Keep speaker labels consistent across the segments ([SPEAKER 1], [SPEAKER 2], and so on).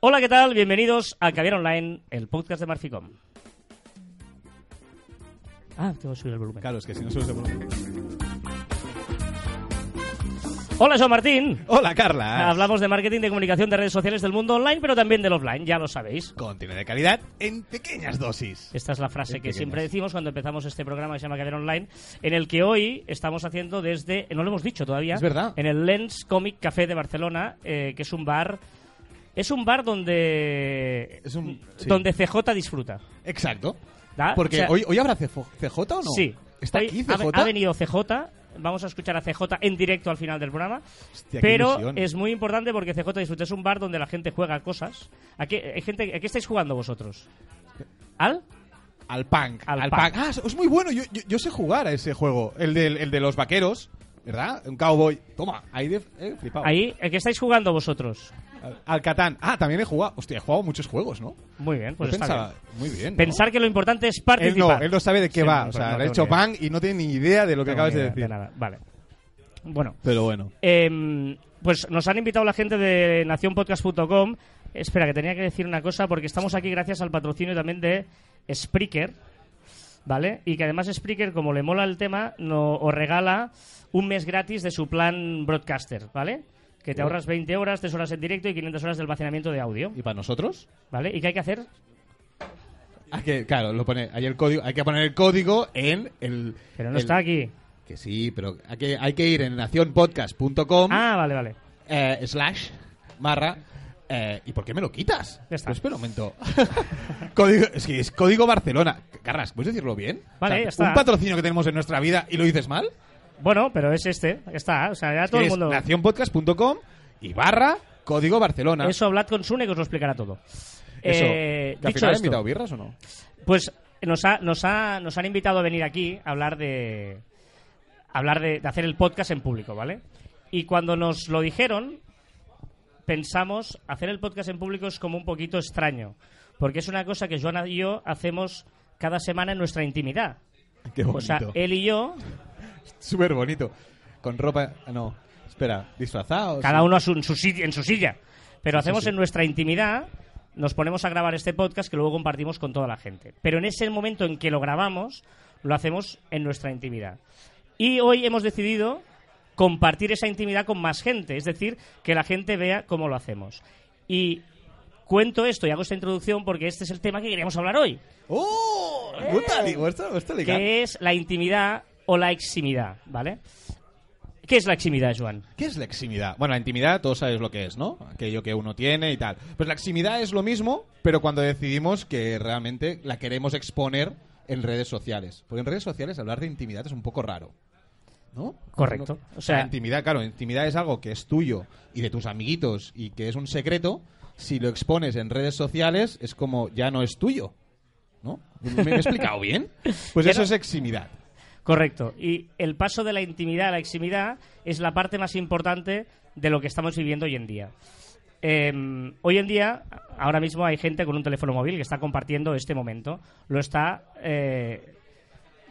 [SPEAKER 1] Hola, ¿qué tal? Bienvenidos a Caviar Online, el podcast de Marficom. Ah, tengo que subir el volumen.
[SPEAKER 2] Claro, es que si pues no subes el volumen.
[SPEAKER 1] Hola, soy Martín.
[SPEAKER 2] Hola, Carla.
[SPEAKER 1] Hablamos de marketing, de comunicación, de redes sociales del mundo online, pero también del offline, ya lo sabéis.
[SPEAKER 2] Contenido de calidad en pequeñas dosis.
[SPEAKER 1] Esta es la frase
[SPEAKER 2] En
[SPEAKER 1] que
[SPEAKER 2] pequeñas.
[SPEAKER 1] siempre decimos cuando empezamos este programa que se llama Caviar Online, en el que hoy estamos haciendo desde, no lo hemos dicho todavía,
[SPEAKER 2] Es verdad.
[SPEAKER 1] en el Lens Comic Café de Barcelona, eh, que es un bar, es un bar donde,
[SPEAKER 2] Es un- sí.
[SPEAKER 1] donde CJ disfruta.
[SPEAKER 2] Exacto.
[SPEAKER 1] ¿da?
[SPEAKER 2] Porque
[SPEAKER 1] O sea,
[SPEAKER 2] hoy, hoy habrá CFO CJ o no?
[SPEAKER 1] Sí.
[SPEAKER 2] ¿Está
[SPEAKER 1] Hoy
[SPEAKER 2] aquí
[SPEAKER 1] ha-
[SPEAKER 2] CJ?
[SPEAKER 1] Ha, venido CJ. Vamos a escuchar a CJ en directo al final del programa.
[SPEAKER 2] Hostia, qué
[SPEAKER 1] pero
[SPEAKER 2] ilusión.
[SPEAKER 1] es muy importante porque CJ disfruta. Es un bar donde la gente juega cosas. ¿A qué, hay gente, ¿a qué estáis jugando vosotros? ¿Al?
[SPEAKER 2] Al punk.
[SPEAKER 1] Al
[SPEAKER 2] punk.
[SPEAKER 1] punk.
[SPEAKER 2] Ah, es- es muy bueno. Yo, yo- yo sé jugar a ese juego. El de, el de los vaqueros, ¿verdad? Un cowboy. Toma, ahí de, eh, flipado.
[SPEAKER 1] Ahí, ¿a qué estáis jugando vosotros?
[SPEAKER 2] Al, al Catán. Ah, también he jugado. Hostia, he jugado muchos juegos, ¿no?
[SPEAKER 1] Muy bien, pues
[SPEAKER 2] Yo
[SPEAKER 1] está
[SPEAKER 2] pensaba-
[SPEAKER 1] bien.
[SPEAKER 2] Muy bien. ¿no?
[SPEAKER 1] Pensar que lo importante es
[SPEAKER 2] Él
[SPEAKER 1] participar.
[SPEAKER 2] no, él no sabe de qué
[SPEAKER 1] Sí,
[SPEAKER 2] va.
[SPEAKER 1] no,
[SPEAKER 2] o sea,
[SPEAKER 1] no
[SPEAKER 2] le ha
[SPEAKER 1] tengo
[SPEAKER 2] hecho
[SPEAKER 1] ni idea.
[SPEAKER 2] punk y no tiene ni idea de lo que
[SPEAKER 1] Tengo
[SPEAKER 2] acabas
[SPEAKER 1] ni
[SPEAKER 2] de
[SPEAKER 1] idea
[SPEAKER 2] decir.
[SPEAKER 1] nada. Vale. Bueno.
[SPEAKER 2] Pero bueno.
[SPEAKER 1] Em, pues nos han invitado la gente de nacionpodcast.com. Espera, que tenía que decir una cosa, porque estamos aquí gracias al patrocinio también de Spreaker, ¿vale? Y que además Spreaker, como le mola el tema, no, os regala un mes gratis de su plan Broadcaster, ¿vale? Que te ahorras 20 horas, 3 horas en directo y 500 horas del almacenamiento de audio,
[SPEAKER 2] ¿Y para nosotros?
[SPEAKER 1] ¿vale? ¿Y qué hay que hacer?
[SPEAKER 2] Ah, que, claro, lo pone, hay, el código, hay que poner el código en el...
[SPEAKER 1] Pero no
[SPEAKER 2] el-
[SPEAKER 1] está aquí.
[SPEAKER 2] Que sí, pero hay que, hay que ir en nacionpodcast.com
[SPEAKER 1] Ah, vale, vale.
[SPEAKER 2] eh, slash barra... eh, ¿Y por qué me lo quitas?
[SPEAKER 1] Ya está.
[SPEAKER 2] Pero espera un momento. código, es que es código Barcelona. Carras, ¿puedes decirlo bien?
[SPEAKER 1] Vale, ya está.
[SPEAKER 2] Un patrocinio que tenemos en nuestra vida y lo dices mal.
[SPEAKER 1] Bueno, pero es este, ya está. O sea, ya
[SPEAKER 2] Es
[SPEAKER 1] todo
[SPEAKER 2] que
[SPEAKER 1] el
[SPEAKER 2] es
[SPEAKER 1] mundo.
[SPEAKER 2] nacionpodcast.com y barra código Barcelona.
[SPEAKER 1] Eso hablad con Sune que os lo explicará todo.
[SPEAKER 2] Eso.
[SPEAKER 1] Eh,
[SPEAKER 2] ¿Que al
[SPEAKER 1] dicho
[SPEAKER 2] final ha
[SPEAKER 1] esto,
[SPEAKER 2] invitado birras o no?
[SPEAKER 1] Pues nos, ha- nos, ha- nos han invitado a venir aquí a hablar de a hablar de, de hacer el podcast en público, ¿vale? Y cuando nos lo dijeron, pensamos, hacer el podcast en público es como un poquito extraño, porque es una cosa que Joana y yo hacemos cada semana en nuestra intimidad.
[SPEAKER 2] Qué bonito.
[SPEAKER 1] O sea, él y yo,
[SPEAKER 2] Súper bonito. Con ropa... No. Espera, disfrazados.
[SPEAKER 1] cada uno a su- en, su, si- en su silla, pero hacemos
[SPEAKER 2] Pues sí.
[SPEAKER 1] en nuestra intimidad, nos ponemos a grabar este podcast que luego compartimos con toda la gente. Pero en ese momento en que lo grabamos, lo hacemos en nuestra intimidad. Y hoy hemos decidido compartir esa intimidad con más gente, es decir, que la gente vea cómo lo hacemos. Y cuento esto y hago esta introducción porque este es el tema que queríamos hablar hoy,
[SPEAKER 2] ¡Oh! Gusta, li- gusta- gusta ligar.
[SPEAKER 1] que es la intimidad o la eximidad, ¿vale? ¿Qué es la eximidad, Joan?
[SPEAKER 2] ¿Qué es la eximidad? Bueno, la intimidad todos sabes lo que es, ¿no? Aquello que uno tiene y tal. Pues la eximidad es lo mismo, pero cuando decidimos que realmente la queremos exponer en redes sociales. Porque en redes sociales hablar de intimidad es un poco raro. ¿No?
[SPEAKER 1] Correcto.
[SPEAKER 2] No-
[SPEAKER 1] O sea-
[SPEAKER 2] la intimidad, claro, la intimidad es algo que es tuyo y de tus amiguitos y que es un secreto. Si lo expones en redes sociales es como ya no es tuyo. ¿No? ¿Me me he explicado bien? Pues
[SPEAKER 1] Ya
[SPEAKER 2] eso
[SPEAKER 1] no-
[SPEAKER 2] es eximidad.
[SPEAKER 1] Correcto. Y el paso de la intimidad a la eximidad es la parte más importante de lo que estamos viviendo hoy en día. Eh, hoy en día, ahora mismo hay gente con un teléfono móvil que está compartiendo este momento. Lo está eh,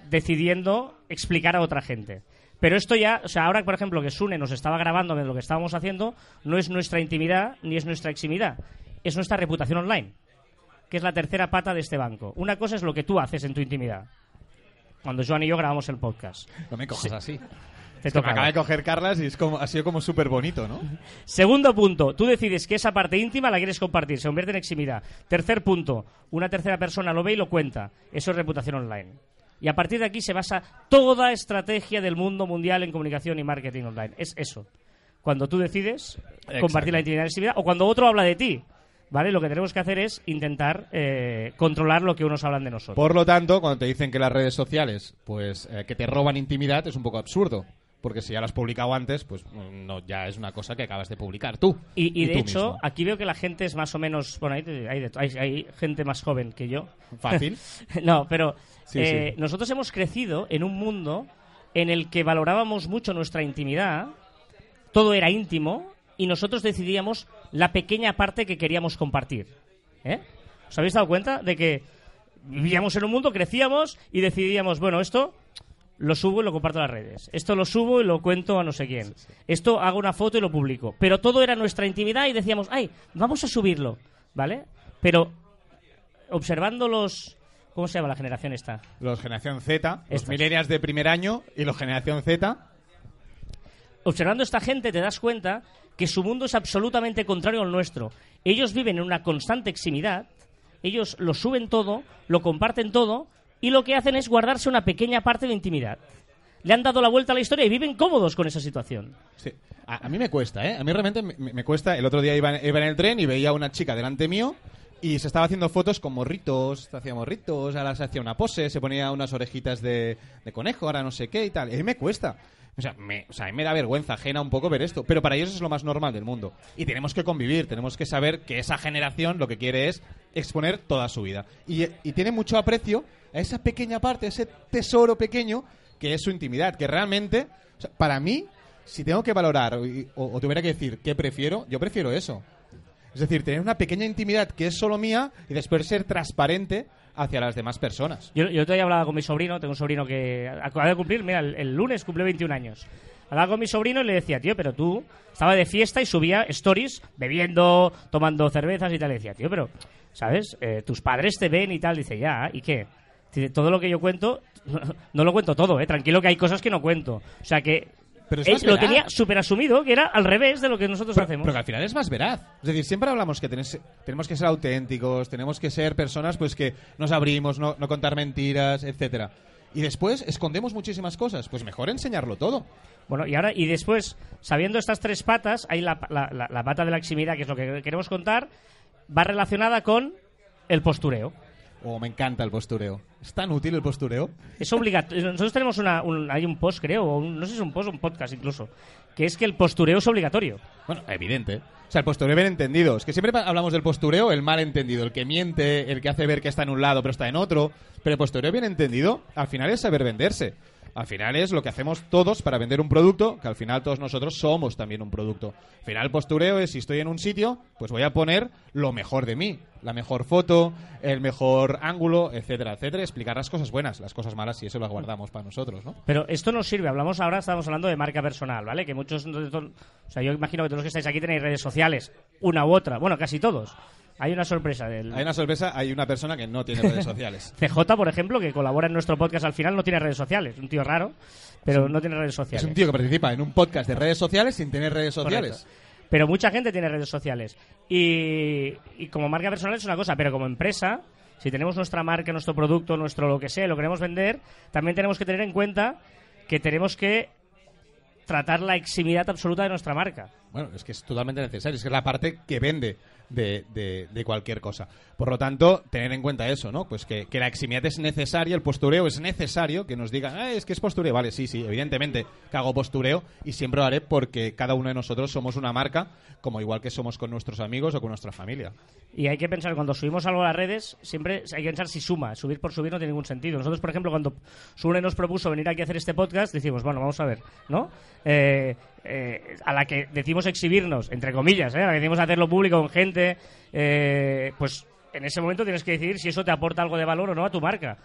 [SPEAKER 1] decidiendo explicar a otra gente. Pero esto ya, o sea, ahora por ejemplo que Sune nos estaba grabando de lo que estábamos haciendo, no es nuestra intimidad ni es nuestra eximidad, es nuestra reputación online, que es la tercera pata de este banco. Una cosa es lo que tú haces en tu intimidad, cuando Joan y yo grabamos el podcast.
[SPEAKER 2] No me cojas así.
[SPEAKER 1] Te
[SPEAKER 2] Es que me
[SPEAKER 1] toca.
[SPEAKER 2] acaba de coger Carlas y es como, ha sido como súper bonito, ¿no?
[SPEAKER 1] Segundo punto, tú decides que esa parte íntima la quieres compartir, se convierte en eximidad. Tercer punto, una tercera persona lo ve y lo cuenta. Eso es reputación online. Y a partir de aquí se basa toda estrategia del mundo mundial en comunicación y marketing online. Es eso. Cuando tú decides compartir la intimidad y la eximidad o cuando otro habla de ti. ¿Vale? Lo que tenemos que hacer es intentar eh, controlar lo que unos hablan de nosotros.
[SPEAKER 2] Por lo tanto, cuando te dicen que las redes sociales, pues eh, que te roban intimidad, es un poco absurdo. Porque si ya lo has publicado antes, pues no, ya es una cosa que acabas de publicar tú.
[SPEAKER 1] Y, y de
[SPEAKER 2] tú
[SPEAKER 1] hecho,
[SPEAKER 2] mismo.
[SPEAKER 1] aquí veo que la gente es más o menos. Bueno, hay, de- hay de to- hay- hay gente más joven que yo.
[SPEAKER 2] Fácil.
[SPEAKER 1] No, pero
[SPEAKER 2] Sí,
[SPEAKER 1] eh,
[SPEAKER 2] sí.
[SPEAKER 1] nosotros hemos crecido en un mundo en el que valorábamos mucho nuestra intimidad, todo era íntimo y nosotros decidíamos la pequeña parte que queríamos compartir. ¿eh? ¿Os habéis dado cuenta de que vivíamos en un mundo, crecíamos y decidíamos, bueno, esto lo subo y lo comparto a las redes, esto lo subo y lo cuento a no sé quién, esto hago una foto y lo publico, pero todo era nuestra intimidad y decíamos, ay, vamos a subirlo. ¿vale? Pero observando los... ¿Cómo se llama la generación esta?
[SPEAKER 2] Los generación Z, los
[SPEAKER 1] Estas.
[SPEAKER 2] millennials de primer año y los generación Z.
[SPEAKER 1] observando a esta gente te das cuenta que su mundo es absolutamente contrario al nuestro. Ellos viven en una constante eximidad, ellos lo suben todo, lo comparten todo y lo que hacen es guardarse una pequeña parte de intimidad. Le han dado la vuelta a la historia y viven cómodos con esa situación.
[SPEAKER 2] Sí. A, a mí me cuesta, ¿eh? A mí realmente me, me cuesta. El otro día iba, en- iba en el tren y veía a una chica delante mío y se estaba haciendo fotos con morritos, se hacía morritos, ahora se hacía una pose, se ponía unas orejitas de, de conejo, ahora no sé qué y tal. Y a mí me cuesta. O sea, me, o sea, a mí me da vergüenza ajena un poco ver esto, pero para ellos es lo más normal del mundo. Y tenemos que convivir, tenemos que saber que esa generación lo que quiere es exponer toda su vida. Y, y tiene mucho aprecio a esa pequeña parte, a ese tesoro pequeño que es su intimidad, que realmente, o sea, para mí, si tengo que valorar y- o, o tuviera que decir qué prefiero, yo prefiero eso. Es decir, tener una pequeña intimidad que es solo mía y después ser transparente hacia las demás personas.
[SPEAKER 1] Yo, yo todavía hablaba con mi sobrino, tengo un sobrino que acaba de cumplir, mira, el, el lunes cumple 21 años. Hablaba con mi sobrino y le decía, tío, pero tú estaba de fiesta y subía stories bebiendo, tomando cervezas y tal. Le decía, tío, pero, ¿sabes? Eh, tus padres te ven y tal. Dice, ya, ¿y qué? Dice, todo lo que yo cuento, no lo cuento todo, ¿eh? Tranquilo que hay cosas que no cuento. O sea que
[SPEAKER 2] Pero es
[SPEAKER 1] él
[SPEAKER 2] más
[SPEAKER 1] lo
[SPEAKER 2] verdad.
[SPEAKER 1] tenía súper asumido, que era al revés de lo que nosotros
[SPEAKER 2] Pero,
[SPEAKER 1] hacemos.
[SPEAKER 2] pero que al final es más veraz. Es decir, siempre hablamos que tenés- tenemos que ser auténticos, tenemos que ser personas pues que nos abrimos, no, no contar mentiras, etcétera. Y después escondemos muchísimas cosas. Pues mejor enseñarlo todo.
[SPEAKER 1] Bueno, y ahora, y después, sabiendo estas tres patas, hay la, la- la- la pata de la eximidad, que es lo que queremos contar, va relacionada con el postureo.
[SPEAKER 2] Oh, me encanta el postureo. ¿Es tan útil el postureo?
[SPEAKER 1] Es obligatorio. Nosotros tenemos una, un- hay un post, creo, o un- no sé si es un post o un podcast incluso, que es que el postureo es obligatorio.
[SPEAKER 2] Bueno, evidente. O sea, el postureo bien entendido. Es que siempre pa- hablamos del postureo, el mal entendido, el que miente, el que hace ver que está en un lado pero está en otro. Pero el postureo bien entendido, al final es saber venderse. Al final es lo que hacemos todos para vender un producto, que al final todos nosotros somos también un producto. Al final el postureo es, si estoy en un sitio, pues voy a poner lo mejor de mí. La mejor foto, el mejor ángulo, etcétera, etcétera. Explicar las cosas buenas, las cosas malas, y eso las guardamos para nosotros, ¿no?
[SPEAKER 1] Pero esto nos sirve. Hablamos ahora, estamos hablando de marca personal, ¿vale? Que muchos. no- no- O sea, yo imagino que todos los que estáis aquí tenéis redes sociales, una u otra. Bueno, casi todos. Hay una sorpresa del.
[SPEAKER 2] Hay una sorpresa, hay una persona que no tiene redes sociales.
[SPEAKER 1] CJ, por ejemplo, que colabora en nuestro podcast al final, no tiene redes sociales. Un tío raro, pero no tiene redes
[SPEAKER 2] Es
[SPEAKER 1] sociales.
[SPEAKER 2] un tío que participa en un podcast de redes sociales sin tener redes
[SPEAKER 1] Correcto.
[SPEAKER 2] sociales.
[SPEAKER 1] Pero mucha gente tiene redes sociales. Y, y como marca personal es una cosa, pero como empresa, si tenemos nuestra marca, nuestro producto, nuestro lo que sea, lo queremos vender, también tenemos que tener en cuenta que tenemos que tratar la eximidad absoluta de nuestra marca.
[SPEAKER 2] Bueno, es que es totalmente necesario. Es que es la parte que vende de, de- de cualquier cosa. Por lo tanto, tener en cuenta eso, ¿no? Pues que, que la eximidad es necesaria, el postureo es necesario, que nos digan, ah, es que es postureo. Vale, sí, sí, evidentemente que hago postureo y siempre lo haré porque cada uno de nosotros somos una marca, como igual que somos con nuestros amigos o con nuestra familia.
[SPEAKER 1] Y hay que pensar, cuando subimos algo a las redes, siempre hay que pensar si suma. Subir por subir no tiene ningún sentido. Nosotros, por ejemplo, cuando Sune nos propuso venir aquí a hacer este podcast, decimos, bueno, vamos a ver, ¿no? Eh, eh, a la que decimos exhibirnos, entre comillas, ¿eh? a la que decimos hacerlo público con gente, eh, pues en ese momento tienes que decidir si eso te aporta algo de valor o no a tu marca.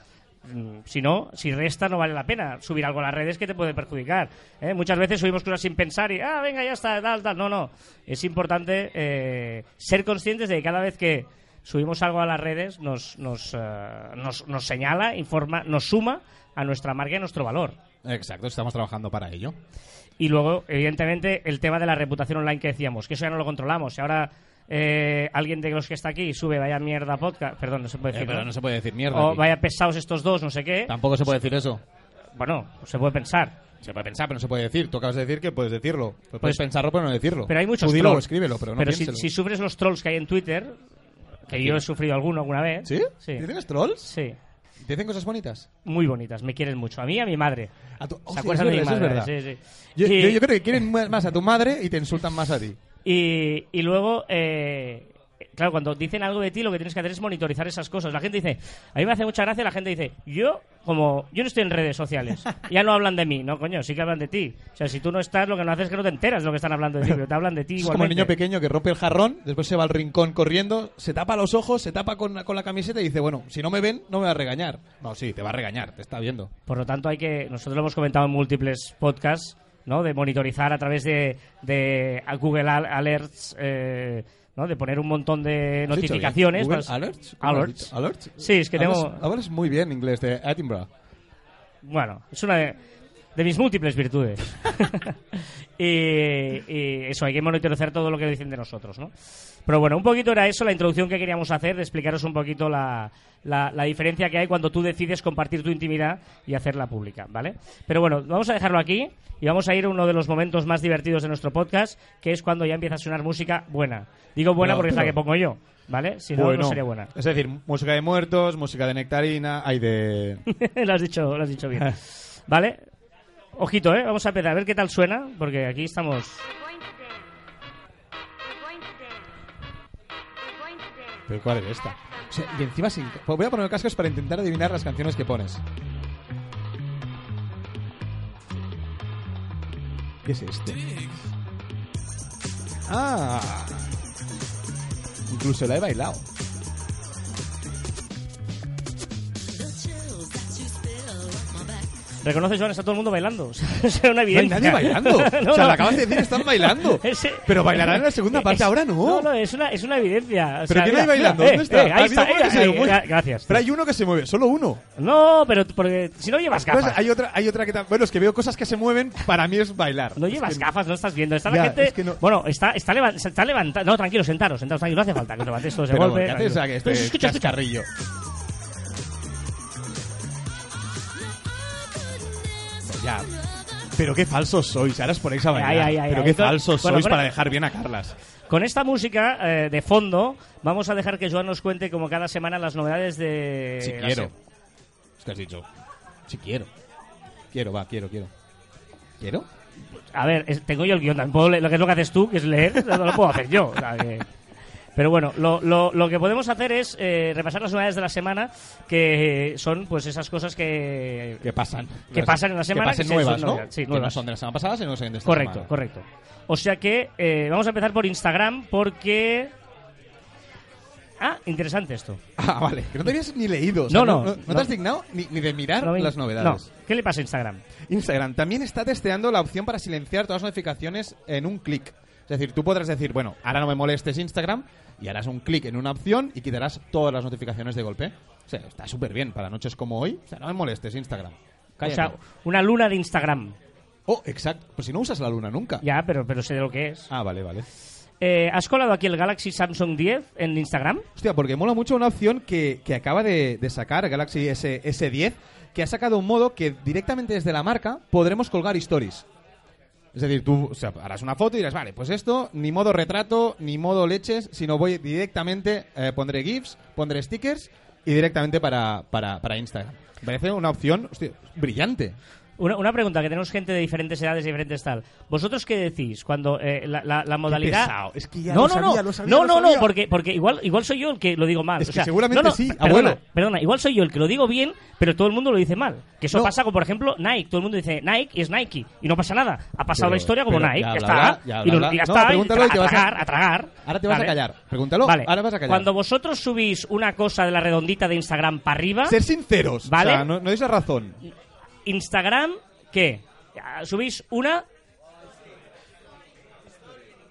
[SPEAKER 1] Mm, Si no, si resta, no vale la pena subir algo a las redes que te puede perjudicar. ¿eh? Muchas veces subimos cosas sin pensar y, ah, venga, ya está, tal, tal. No, no. Es importante eh, ser conscientes de que cada vez que subimos algo a las redes nos, nos, eh, nos, nos señala, informa, nos suma a nuestra marca y a nuestro valor.
[SPEAKER 2] Exacto, estamos trabajando para ello.
[SPEAKER 1] Y luego, evidentemente, el tema de la reputación online que decíamos, que eso ya no lo controlamos. Si ahora eh, alguien de los que está aquí sube, vaya mierda podcast, perdón, no se puede
[SPEAKER 2] Eh,
[SPEAKER 1] decir.
[SPEAKER 2] pero
[SPEAKER 1] ¿no?
[SPEAKER 2] no se puede decir mierda.
[SPEAKER 1] o
[SPEAKER 2] aquí.
[SPEAKER 1] vaya pesados estos dos, no sé qué.
[SPEAKER 2] Tampoco se puede decir eso.
[SPEAKER 1] Bueno, se puede pensar.
[SPEAKER 2] Se puede pensar, pero no se puede decir. Tú acabas de decir que puedes decirlo. Pero puedes
[SPEAKER 1] Pues-
[SPEAKER 2] pensarlo, pero no decirlo.
[SPEAKER 1] Pero hay muchos
[SPEAKER 2] Tú dilo o
[SPEAKER 1] trolls.
[SPEAKER 2] escríbelo, pero no
[SPEAKER 1] si,
[SPEAKER 2] piénselo.
[SPEAKER 1] si sufres los trolls que hay en Twitter, que yo he sufrido alguno alguna vez.
[SPEAKER 2] ¿Sí?
[SPEAKER 1] Sí.
[SPEAKER 2] ¿Te ¿Tienes trolls?
[SPEAKER 1] Sí.
[SPEAKER 2] ¿Te dicen cosas bonitas?
[SPEAKER 1] Muy bonitas, me quieren mucho. A mí y a mi madre.
[SPEAKER 2] A tu-
[SPEAKER 1] ¿Se
[SPEAKER 2] Hostia,
[SPEAKER 1] acuerdan
[SPEAKER 2] eso
[SPEAKER 1] de mi
[SPEAKER 2] eso
[SPEAKER 1] madre?
[SPEAKER 2] verdad.
[SPEAKER 1] Sí, sí.
[SPEAKER 2] Yo,
[SPEAKER 1] Y-
[SPEAKER 2] yo- yo creo que quieren más más a tu madre y te insultan más a ti.
[SPEAKER 1] Y, y luego, eh, claro, cuando dicen algo de ti, lo que tienes que hacer es monitorizar esas cosas. La gente dice, a mí me hace mucha gracia, la gente dice, yo, como, yo no estoy en redes sociales, ya no hablan de mí, no, coño, sí que hablan de ti. O sea, si tú no estás, lo que no haces es que no te enteras de lo que están hablando de ti, pero te hablan de ti
[SPEAKER 2] Es como el
[SPEAKER 1] igualmente.
[SPEAKER 2] niño pequeño que rompe el jarrón, después se va al rincón corriendo, se tapa los ojos, se tapa con, con la camiseta y dice, bueno, si no me ven, no me va a regañar. No, sí, te va a regañar, te está viendo.
[SPEAKER 1] Por lo tanto, hay que. Nosotros lo hemos comentado en múltiples podcasts, ¿no? De monitorizar a través de, de a Google Al- Alerts, eh, ¿no? De poner un montón de
[SPEAKER 2] ¿Has dicho bien?
[SPEAKER 1] notificaciones.
[SPEAKER 2] Google
[SPEAKER 1] más-
[SPEAKER 2] alerts. ¿Cómo has
[SPEAKER 1] Alerts.
[SPEAKER 2] dicho? Alerts.
[SPEAKER 1] Sí, es que
[SPEAKER 2] Hablas-
[SPEAKER 1] tengo-
[SPEAKER 2] Hablas muy bien inglés de Edinburgh.
[SPEAKER 1] Bueno, es una de, de mis múltiples virtudes. y, y eso, hay que monitorizar todo lo que dicen de nosotros, ¿no? Pero bueno, un poquito era eso la introducción que queríamos hacer, de explicaros un poquito la, la- la diferencia que hay cuando tú decides compartir tu intimidad y hacerla pública, ¿vale? Pero bueno, vamos a dejarlo aquí y vamos a ir a uno de los momentos más divertidos de nuestro podcast, que es cuando ya empieza a sonar música buena. Digo buena
[SPEAKER 2] No,
[SPEAKER 1] porque es la
[SPEAKER 2] pero-
[SPEAKER 1] que pongo yo, ¿vale? Si no,
[SPEAKER 2] Bueno.
[SPEAKER 1] no sería buena.
[SPEAKER 2] Es decir, música de muertos, música de nectarina, hay de...
[SPEAKER 1] lo, has dicho, lo has dicho
[SPEAKER 2] Ah.
[SPEAKER 1] bien. Vale. Ojito, ¿eh? Vamos a empezar a ver qué tal suena, porque aquí estamos...
[SPEAKER 3] We're going to dance. We're going to dance. We're going to dance.
[SPEAKER 2] Pero ¿cuál es esta? O sea, y encima sin... pues Voy a poner cascos para intentar adivinar las canciones que pones. ¿Qué es este? Ah. Incluso la he bailado.
[SPEAKER 1] ¿Reconoces, Joan? Está todo el mundo bailando. es una
[SPEAKER 2] No hay
[SPEAKER 1] evidencia.
[SPEAKER 2] nadie bailando.
[SPEAKER 1] No,
[SPEAKER 2] o sea,
[SPEAKER 1] no.
[SPEAKER 2] lo acabas de decir, están bailando.
[SPEAKER 1] Ese-
[SPEAKER 2] Pero bailarán en la segunda parte,
[SPEAKER 1] Es-
[SPEAKER 2] ahora no.
[SPEAKER 1] No, no, es una, es una evidencia. O
[SPEAKER 2] ¿Pero
[SPEAKER 1] sea,
[SPEAKER 2] quién
[SPEAKER 1] mira,
[SPEAKER 2] hay bailando?
[SPEAKER 1] mira,
[SPEAKER 2] ¿Dónde
[SPEAKER 1] eh,
[SPEAKER 2] está?
[SPEAKER 1] eh,
[SPEAKER 2] Ha
[SPEAKER 1] ahí
[SPEAKER 2] habido
[SPEAKER 1] está.
[SPEAKER 2] uno que
[SPEAKER 1] eh,
[SPEAKER 2] se
[SPEAKER 1] ahí,
[SPEAKER 2] mueve.
[SPEAKER 1] gra- gracias.
[SPEAKER 2] Pero hay uno que se mueve, solo uno.
[SPEAKER 1] No, pero porque si no llevas
[SPEAKER 2] Entonces,
[SPEAKER 1] gafas.
[SPEAKER 2] Pues hay otra, hay otra que tam- Bueno, es que veo cosas que se mueven, para mí es bailar.
[SPEAKER 1] No
[SPEAKER 2] Es
[SPEAKER 1] llevas
[SPEAKER 2] que-
[SPEAKER 1] gafas, no estás viendo. Está
[SPEAKER 2] Ya,
[SPEAKER 1] la gente.
[SPEAKER 2] es que no-
[SPEAKER 1] Bueno, está, está, levan- se está levantando. No, tranquilo, sentaros, sentaros, tranquilo. No hace falta que os levantéis todos de
[SPEAKER 2] Pero,
[SPEAKER 1] golpe.
[SPEAKER 2] ¿qué haces
[SPEAKER 1] tranquilo.
[SPEAKER 2] a que
[SPEAKER 1] Pero
[SPEAKER 2] este
[SPEAKER 1] si escucha, escucha.
[SPEAKER 2] cascarrillo? Ya. Pero qué falsos sois, ahora os ponéis a bailar.
[SPEAKER 1] Ay, ay, ay,
[SPEAKER 2] Pero
[SPEAKER 1] ay,
[SPEAKER 2] qué
[SPEAKER 1] entonces-
[SPEAKER 2] falsos
[SPEAKER 1] bueno,
[SPEAKER 2] sois
[SPEAKER 1] pero-
[SPEAKER 2] para dejar bien a Carlas.
[SPEAKER 1] Con esta música eh, de fondo, vamos a dejar que Joan nos cuente, como cada semana, las novedades de.
[SPEAKER 2] Si
[SPEAKER 1] la
[SPEAKER 2] quiero.
[SPEAKER 1] se-
[SPEAKER 2] Es que has dicho. Si quiero. Quiero, va, quiero, quiero. ¿Quiero?
[SPEAKER 1] A ver, es- tengo yo el guión, también puedo leer- lo que es lo que haces tú, que es leer, no lo puedo hacer yo. o sea que- Pero bueno, lo, lo- lo que podemos hacer es eh, repasar las novedades de la semana, que son pues esas cosas que...
[SPEAKER 2] Que pasan.
[SPEAKER 1] Que pasan en la semana,
[SPEAKER 2] Que pasen
[SPEAKER 1] que se-
[SPEAKER 2] nuevas,
[SPEAKER 1] son
[SPEAKER 2] ¿no?
[SPEAKER 1] novedades, sí,
[SPEAKER 2] que no
[SPEAKER 1] nuevas.
[SPEAKER 2] son de la semana pasada, sino que son de esta
[SPEAKER 1] correcto,
[SPEAKER 2] semana.
[SPEAKER 1] correcto. O sea que eh, vamos a empezar por Instagram porque... Ah, interesante esto.
[SPEAKER 2] Ah, vale. Que no te habías ni leído. o sea,
[SPEAKER 1] No, no,
[SPEAKER 2] No, no te
[SPEAKER 1] no.
[SPEAKER 2] has dignado ni, ni de mirar
[SPEAKER 1] No me-
[SPEAKER 2] las novedades.
[SPEAKER 1] no. ¿Qué le pasa a Instagram?
[SPEAKER 2] Instagram también está testeando la opción para silenciar todas las notificaciones en un clic. Es decir, tú podrás decir, bueno, ahora no me molestes Instagram y harás un clic en una opción y quitarás todas las notificaciones de golpe. O sea, está súper bien para noches como hoy. O sea, no me molestes Instagram.
[SPEAKER 1] O
[SPEAKER 2] Cállate.
[SPEAKER 1] sea, una luna de Instagram.
[SPEAKER 2] oh, exacto. Pues si no usas la luna nunca.
[SPEAKER 1] Ya, pero, pero sé de lo que es.
[SPEAKER 2] Ah, vale, vale.
[SPEAKER 1] Eh, ¿Has colado aquí el Galaxy Samsung 10 en Instagram?
[SPEAKER 2] Hostia, porque mola mucho una opción que, que acaba de, de sacar Galaxy S, S10, que ha sacado un modo que directamente desde la marca podremos colgar stories. Es decir, tú o sea, harás una foto y dirás, vale, pues esto, ni modo retrato, ni modo leches, sino voy directamente, eh, pondré GIFs, pondré stickers y directamente para, para, para Instagram. Me parece una opción hostia, brillante.
[SPEAKER 1] Una, una pregunta, que tenemos gente de diferentes edades y diferentes tal. ¿Vosotros qué decís cuando eh, la, la- la modalidad...
[SPEAKER 2] pesado. Es que ya
[SPEAKER 1] no,
[SPEAKER 2] lo
[SPEAKER 1] no,
[SPEAKER 2] sabía,
[SPEAKER 1] no.
[SPEAKER 2] lo sabía,
[SPEAKER 1] no,
[SPEAKER 2] lo
[SPEAKER 1] no,
[SPEAKER 2] sabía.
[SPEAKER 1] no, porque, porque igual, igual soy yo el que lo digo mal.
[SPEAKER 2] Es
[SPEAKER 1] o
[SPEAKER 2] que
[SPEAKER 1] sea,
[SPEAKER 2] seguramente
[SPEAKER 1] no, no,
[SPEAKER 2] sí,
[SPEAKER 1] perdona,
[SPEAKER 2] abuelo.
[SPEAKER 1] Perdona, igual soy yo el que lo digo bien, pero todo el mundo lo dice mal. Que eso
[SPEAKER 2] No.
[SPEAKER 1] pasa con, por ejemplo, Nike. Todo el mundo dice Nike y es Nike. Y no pasa nada. Ha pasado
[SPEAKER 2] Pero-
[SPEAKER 1] la historia como
[SPEAKER 2] pero
[SPEAKER 1] Nike.
[SPEAKER 2] ya
[SPEAKER 1] Ya,
[SPEAKER 2] habla,
[SPEAKER 1] está.
[SPEAKER 2] ya
[SPEAKER 1] y
[SPEAKER 2] habla,
[SPEAKER 1] lo-
[SPEAKER 2] habla.
[SPEAKER 1] ya
[SPEAKER 2] No,
[SPEAKER 1] está, y
[SPEAKER 2] pregúntalo y
[SPEAKER 1] tra-
[SPEAKER 2] te
[SPEAKER 1] a
[SPEAKER 2] vas a-
[SPEAKER 1] tragar, a tragar.
[SPEAKER 2] Ahora te vas
[SPEAKER 1] ¿vale?
[SPEAKER 2] a callar. Pregúntalo,
[SPEAKER 1] Vale.
[SPEAKER 2] ahora vas a callar.
[SPEAKER 1] Cuando vosotros subís una cosa de la redondita de Instagram para arriba,
[SPEAKER 2] Ser sinceros,
[SPEAKER 1] Vale.
[SPEAKER 2] o sea, no, no deis la razón.
[SPEAKER 1] Instagram, ¿qué? Ah, ¿Subís una?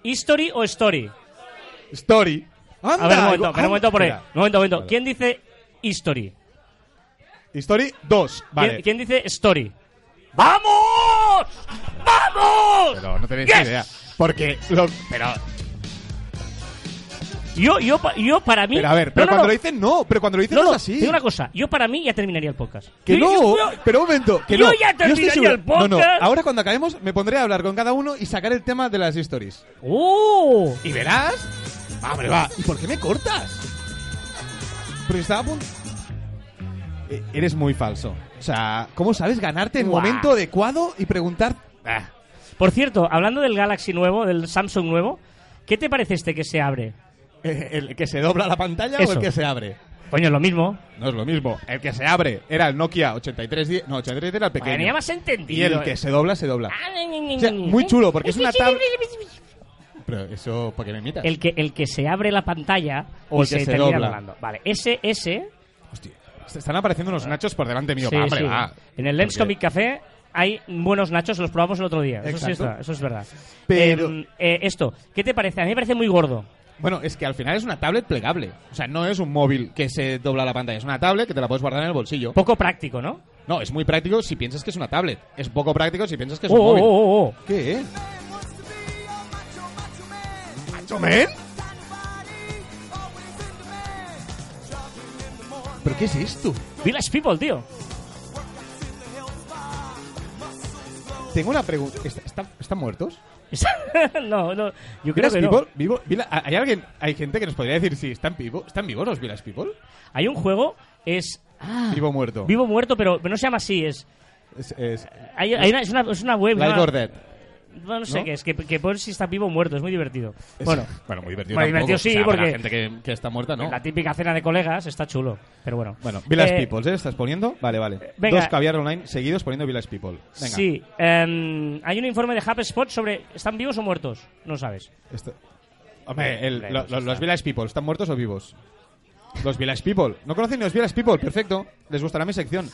[SPEAKER 1] ¿History o story?
[SPEAKER 2] Story. Anda,
[SPEAKER 1] A ver, un momento,
[SPEAKER 2] digo,
[SPEAKER 1] espera un momento por ahí. Un
[SPEAKER 2] anda.
[SPEAKER 1] momento, un momento.
[SPEAKER 2] Vale.
[SPEAKER 1] ¿Quién dice history? ¿Quién-
[SPEAKER 2] Story 2, vale.
[SPEAKER 1] ¿Quién, dice story? ¡Vamos! ¡Vamos!
[SPEAKER 2] Pero no tenéis
[SPEAKER 1] Yes!
[SPEAKER 2] ni idea. Porque lo- Pero,
[SPEAKER 1] Yo, yo, pa- yo para mí...
[SPEAKER 2] pero a ver,
[SPEAKER 1] No,
[SPEAKER 2] pero
[SPEAKER 1] no,
[SPEAKER 2] cuando
[SPEAKER 1] no.
[SPEAKER 2] lo dicen no, pero cuando lo dicen
[SPEAKER 1] No,
[SPEAKER 2] no,
[SPEAKER 1] no,
[SPEAKER 2] es así.
[SPEAKER 1] digo una cosa. Yo para mí ya terminaría el podcast.
[SPEAKER 2] Que
[SPEAKER 1] Yo-
[SPEAKER 2] no,
[SPEAKER 1] yo-
[SPEAKER 2] pero un momento, que
[SPEAKER 1] yo
[SPEAKER 2] no.
[SPEAKER 1] ya
[SPEAKER 2] estoy
[SPEAKER 1] terminaría
[SPEAKER 2] seguro.
[SPEAKER 1] el podcast.
[SPEAKER 2] No, no, ahora cuando acabemos me pondré a hablar con cada uno y sacar el tema de las stories.
[SPEAKER 1] ¡Oh!
[SPEAKER 2] Y verás. Ah, hombre, va. ¿Y por qué me cortas? Porque estaba a punto. E- Eres muy falso. O sea, ¿cómo sabes ganarte el
[SPEAKER 1] Guau.
[SPEAKER 2] momento adecuado y preguntar? Ah,
[SPEAKER 1] Por cierto, hablando del Galaxy nuevo, del Samsung nuevo, ¿qué te parece este que se abre?
[SPEAKER 2] eh, ¿El que se dobla la pantalla o
[SPEAKER 1] Eso.
[SPEAKER 2] el que se abre?
[SPEAKER 1] Coño, es lo mismo.
[SPEAKER 2] No es lo mismo. El que se abre era el Nokia 8310. No, 8310 era el pequeño.
[SPEAKER 1] Bueno, ya me has entendido. eh.
[SPEAKER 2] Y el que se dobla, se dobla.
[SPEAKER 1] O
[SPEAKER 2] O sea, muy chulo, porque es una tabla. Pero eso, ¿para qué me imitas?
[SPEAKER 1] El que, el que se abre la pantalla
[SPEAKER 2] O
[SPEAKER 1] y
[SPEAKER 2] el que
[SPEAKER 1] se,
[SPEAKER 2] se
[SPEAKER 1] termina
[SPEAKER 2] dobla.
[SPEAKER 1] hablando. Vale, ese, ese.
[SPEAKER 2] Hostia, se están apareciendo unos nachos por delante mío.
[SPEAKER 1] sí,
[SPEAKER 2] Va, hombre,
[SPEAKER 1] sí.
[SPEAKER 2] va.
[SPEAKER 1] En el Lems
[SPEAKER 2] Porque-
[SPEAKER 1] Comic Café hay buenos nachos, los probamos el otro día. Eso sí
[SPEAKER 2] Exacto.
[SPEAKER 1] es verdad. Eso es verdad.
[SPEAKER 2] Pero-
[SPEAKER 1] Em, eh, esto, ¿qué te parece? A mí me parece muy gordo.
[SPEAKER 2] Bueno, es que al final es una tablet plegable. O sea, no es un móvil que se dobla la pantalla. Es una tablet que te la puedes guardar en el bolsillo.
[SPEAKER 1] Poco práctico, ¿no?
[SPEAKER 2] No, es muy práctico si piensas que es una tablet. Es poco práctico si piensas que es
[SPEAKER 1] Oh,
[SPEAKER 2] un
[SPEAKER 1] oh,
[SPEAKER 2] móvil.
[SPEAKER 1] oh, oh.
[SPEAKER 2] ¿Qué? ¿Macho Man? ¿Pero qué es esto?
[SPEAKER 1] Village People, tío.
[SPEAKER 2] Tengo una pregunta. ¿Está- está- ¿Están muertos?
[SPEAKER 1] no, no, yo creo
[SPEAKER 2] ¿Village
[SPEAKER 1] que no.
[SPEAKER 2] People? ¿Vivo? Vila- ¿Hay alguien, hay gente que nos podría decir si están vivos? ¿Están vivos los Village People?
[SPEAKER 1] Hay un juego, es... ah,
[SPEAKER 2] Vivo o muerto.
[SPEAKER 1] Vivo muerto, pero pero no se llama así, es...
[SPEAKER 2] Es, es
[SPEAKER 1] Hay, hay una, es, una, es una web...
[SPEAKER 2] Live
[SPEAKER 1] una-
[SPEAKER 2] or Dead.
[SPEAKER 1] no, no sé
[SPEAKER 2] ¿no?
[SPEAKER 1] qué es, que, que pones si está vivo o muerto, es muy divertido.
[SPEAKER 2] Es-
[SPEAKER 1] Bueno,
[SPEAKER 2] bueno, muy divertido.
[SPEAKER 1] Bueno,
[SPEAKER 2] tampoco.
[SPEAKER 1] divertido sí,
[SPEAKER 2] O sea, para
[SPEAKER 1] porque-
[SPEAKER 2] gente que, que está muerta, ¿no?
[SPEAKER 1] la típica cena de colegas está chulo, pero bueno.
[SPEAKER 2] Bueno, Village
[SPEAKER 1] Eh,
[SPEAKER 2] People, ¿eh? ¿Estás poniendo? Vale, vale.
[SPEAKER 1] venga.
[SPEAKER 2] Dos caviar online seguidos poniendo Village People. Venga.
[SPEAKER 1] Sí, em, hay un informe de HubSpot sobre ¿están vivos o muertos? No sabes.
[SPEAKER 2] Esto- Este- Hombre, el-
[SPEAKER 1] Hombre,
[SPEAKER 2] lo-
[SPEAKER 1] pues
[SPEAKER 2] lo-
[SPEAKER 1] está.
[SPEAKER 2] los Village People, ¿están muertos o vivos? Los Village People. ¿No conocen los Village People? Perfecto. Les gustará mi sección.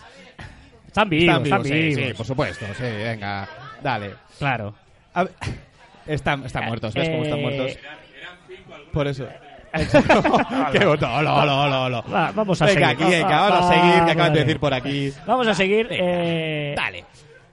[SPEAKER 1] Están vivos, están vivos.
[SPEAKER 2] sí, sí, por supuesto. Sí, venga. Dale.
[SPEAKER 1] Claro.
[SPEAKER 2] A ver- Están, están muertos, ¿ves cómo están
[SPEAKER 1] Eh,
[SPEAKER 2] muertos? Por eso. Qué bonito. Hola, hola, hola, hola.
[SPEAKER 1] Va, vamos a
[SPEAKER 2] Venga,
[SPEAKER 1] seguir.
[SPEAKER 2] aquí, venga,
[SPEAKER 1] Va-
[SPEAKER 2] vamos a
[SPEAKER 1] va-
[SPEAKER 2] seguir, que acaban de
[SPEAKER 1] vale.
[SPEAKER 2] decir por aquí.
[SPEAKER 1] Vamos a seguir. eh,
[SPEAKER 2] Dale.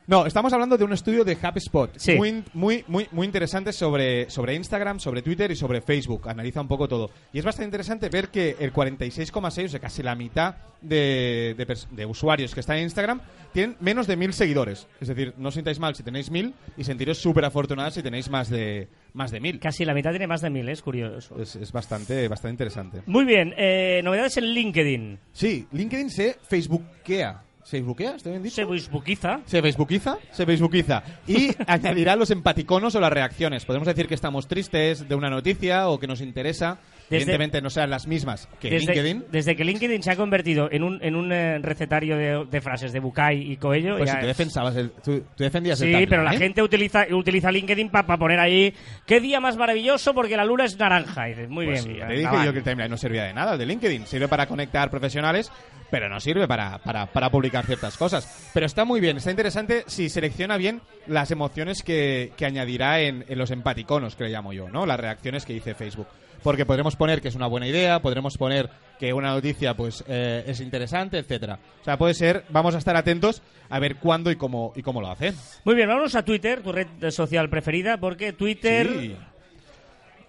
[SPEAKER 2] No, estamos hablando de un estudio de HubSpot.
[SPEAKER 1] Sí.
[SPEAKER 2] Muy, muy, muy, muy interesante sobre, sobre Instagram, sobre Twitter y sobre Facebook. Analiza un poco todo. Y es bastante interesante ver que el 46,6, o sea, casi la mitad de, de pers- de usuarios que están en Instagram, tienen menos de mil seguidores. Es decir, no os sintáis mal si tenéis mil y sentiros súper afortunados si tenéis más de, más de mil.
[SPEAKER 1] Casi la mitad tiene más de mil, ¿eh? es curioso.
[SPEAKER 2] Es, es bastante, bastante interesante.
[SPEAKER 1] Muy bien, eh, novedades en LinkedIn.
[SPEAKER 2] Sí, LinkedIn se Facebookea. ¿Se Facebookea? ¿Está bien dicho?
[SPEAKER 1] Se busbuquiza.
[SPEAKER 2] Se facebookiza, se facebookiza y añadirá los empaticonos o las reacciones. Podemos decir que estamos tristes de una noticia o que nos interesa,
[SPEAKER 1] Desde-
[SPEAKER 2] evidentemente no sean las mismas que
[SPEAKER 1] Desde,
[SPEAKER 2] LinkedIn.
[SPEAKER 1] desde que LinkedIn se ha convertido en un, en un eh, recetario de, de frases de Bucay y Coello.
[SPEAKER 2] Pues
[SPEAKER 1] ya-
[SPEAKER 2] si tú defensabas el- tú, tú defendías el
[SPEAKER 1] Sí,
[SPEAKER 2] timeline,
[SPEAKER 1] pero la
[SPEAKER 2] ¿eh?
[SPEAKER 1] gente utiliza, utiliza LinkedIn para poner ahí qué día más maravilloso porque la luna es naranja. Y dices, muy
[SPEAKER 2] Pues
[SPEAKER 1] bien.
[SPEAKER 2] sí, ya te dije
[SPEAKER 1] chaval.
[SPEAKER 2] yo que el timeline no servía de nada, el de LinkedIn. Sirve para conectar profesionales, pero no sirve para, para, para publicar ciertas cosas. Pero está muy bien, está interesante si selecciona bien las emociones que, que añadirá en, en los empaticonos, que le llamo yo, ¿no? Las reacciones que dice Facebook. Porque podremos poner que es una buena idea, podremos poner que una noticia pues eh, es interesante, etcétera. O sea, puede ser, vamos a estar atentos a ver cuándo y cómo y cómo lo hacen.
[SPEAKER 1] Muy bien, vamos a Twitter, tu red social preferida, porque Twitter
[SPEAKER 2] Sí.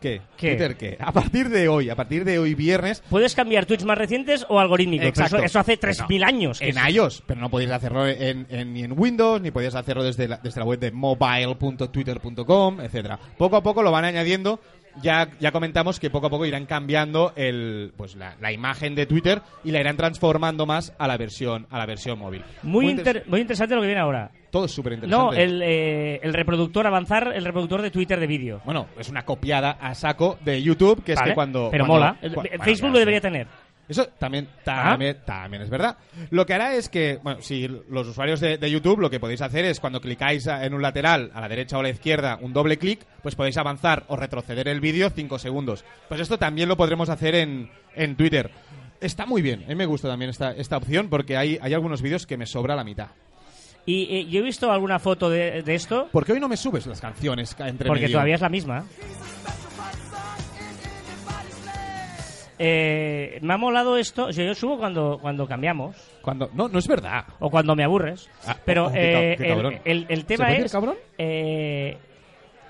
[SPEAKER 2] ¿Qué?
[SPEAKER 1] ¿Qué?
[SPEAKER 2] Twitter, ¿qué? A partir de hoy, a partir de hoy viernes,
[SPEAKER 1] puedes cambiar tweets más recientes o algorítmicos. pero
[SPEAKER 2] Exacto.
[SPEAKER 1] Eso, eso hace
[SPEAKER 2] No.
[SPEAKER 1] 3.000 años. que
[SPEAKER 2] en
[SPEAKER 1] es-
[SPEAKER 2] iOS, pero no podéis hacerlo en, en- ni en Windows, ni podéis hacerlo desde la, desde la web de mobile.twitter.com, etcétera. Poco a poco lo van añadiendo. Ya, ya comentamos que poco a poco irán cambiando el, pues la, la imagen de Twitter y la irán transformando más a la versión, a la versión móvil.
[SPEAKER 1] muy,
[SPEAKER 2] interes-
[SPEAKER 1] inter- muy interesante lo que viene ahora.
[SPEAKER 2] Todo es súper interesante.
[SPEAKER 1] No, el, eh, el reproductor, avanzar el reproductor de Twitter de vídeo.
[SPEAKER 2] Bueno, es una copiada a saco de YouTube, que
[SPEAKER 1] Vale,
[SPEAKER 2] es que cuando...
[SPEAKER 1] pero
[SPEAKER 2] cuando-
[SPEAKER 1] mola. El-
[SPEAKER 2] cua-
[SPEAKER 1] el
[SPEAKER 2] bueno,
[SPEAKER 1] Facebook
[SPEAKER 2] ya
[SPEAKER 1] lo
[SPEAKER 2] sé.
[SPEAKER 1] debería tener.
[SPEAKER 2] Eso también,
[SPEAKER 1] Ah.
[SPEAKER 2] también, también es verdad. Lo que hará es que, bueno, si los usuarios de, de YouTube lo que podéis hacer es cuando clicáis a- en un lateral, a la derecha o a la izquierda, un doble clic, pues podéis avanzar o retroceder el vídeo 5 segundos. Pues esto también lo podremos hacer en, en Twitter. Está muy bien, a mí me gusta también esta, esta opción porque hay, hay algunos vídeos que me sobra la mitad.
[SPEAKER 1] Y eh, yo he visto alguna foto de, de esto,
[SPEAKER 2] ¿Por qué hoy no me subes las canciones ca- entre
[SPEAKER 1] porque
[SPEAKER 2] medio?
[SPEAKER 1] todavía es la misma. Eh, me ha molado esto. Yo, yo subo cuando, cuando cambiamos
[SPEAKER 2] Cuando, no, no es verdad.
[SPEAKER 1] o cuando me aburres.
[SPEAKER 2] Ah,
[SPEAKER 1] pero
[SPEAKER 2] oh, oh, qué ca-
[SPEAKER 1] eh,
[SPEAKER 2] qué cabrón.
[SPEAKER 1] el, el- el
[SPEAKER 2] ¿Se
[SPEAKER 1] tema
[SPEAKER 2] puede decir
[SPEAKER 1] es.
[SPEAKER 2] cabrón?
[SPEAKER 1] eh,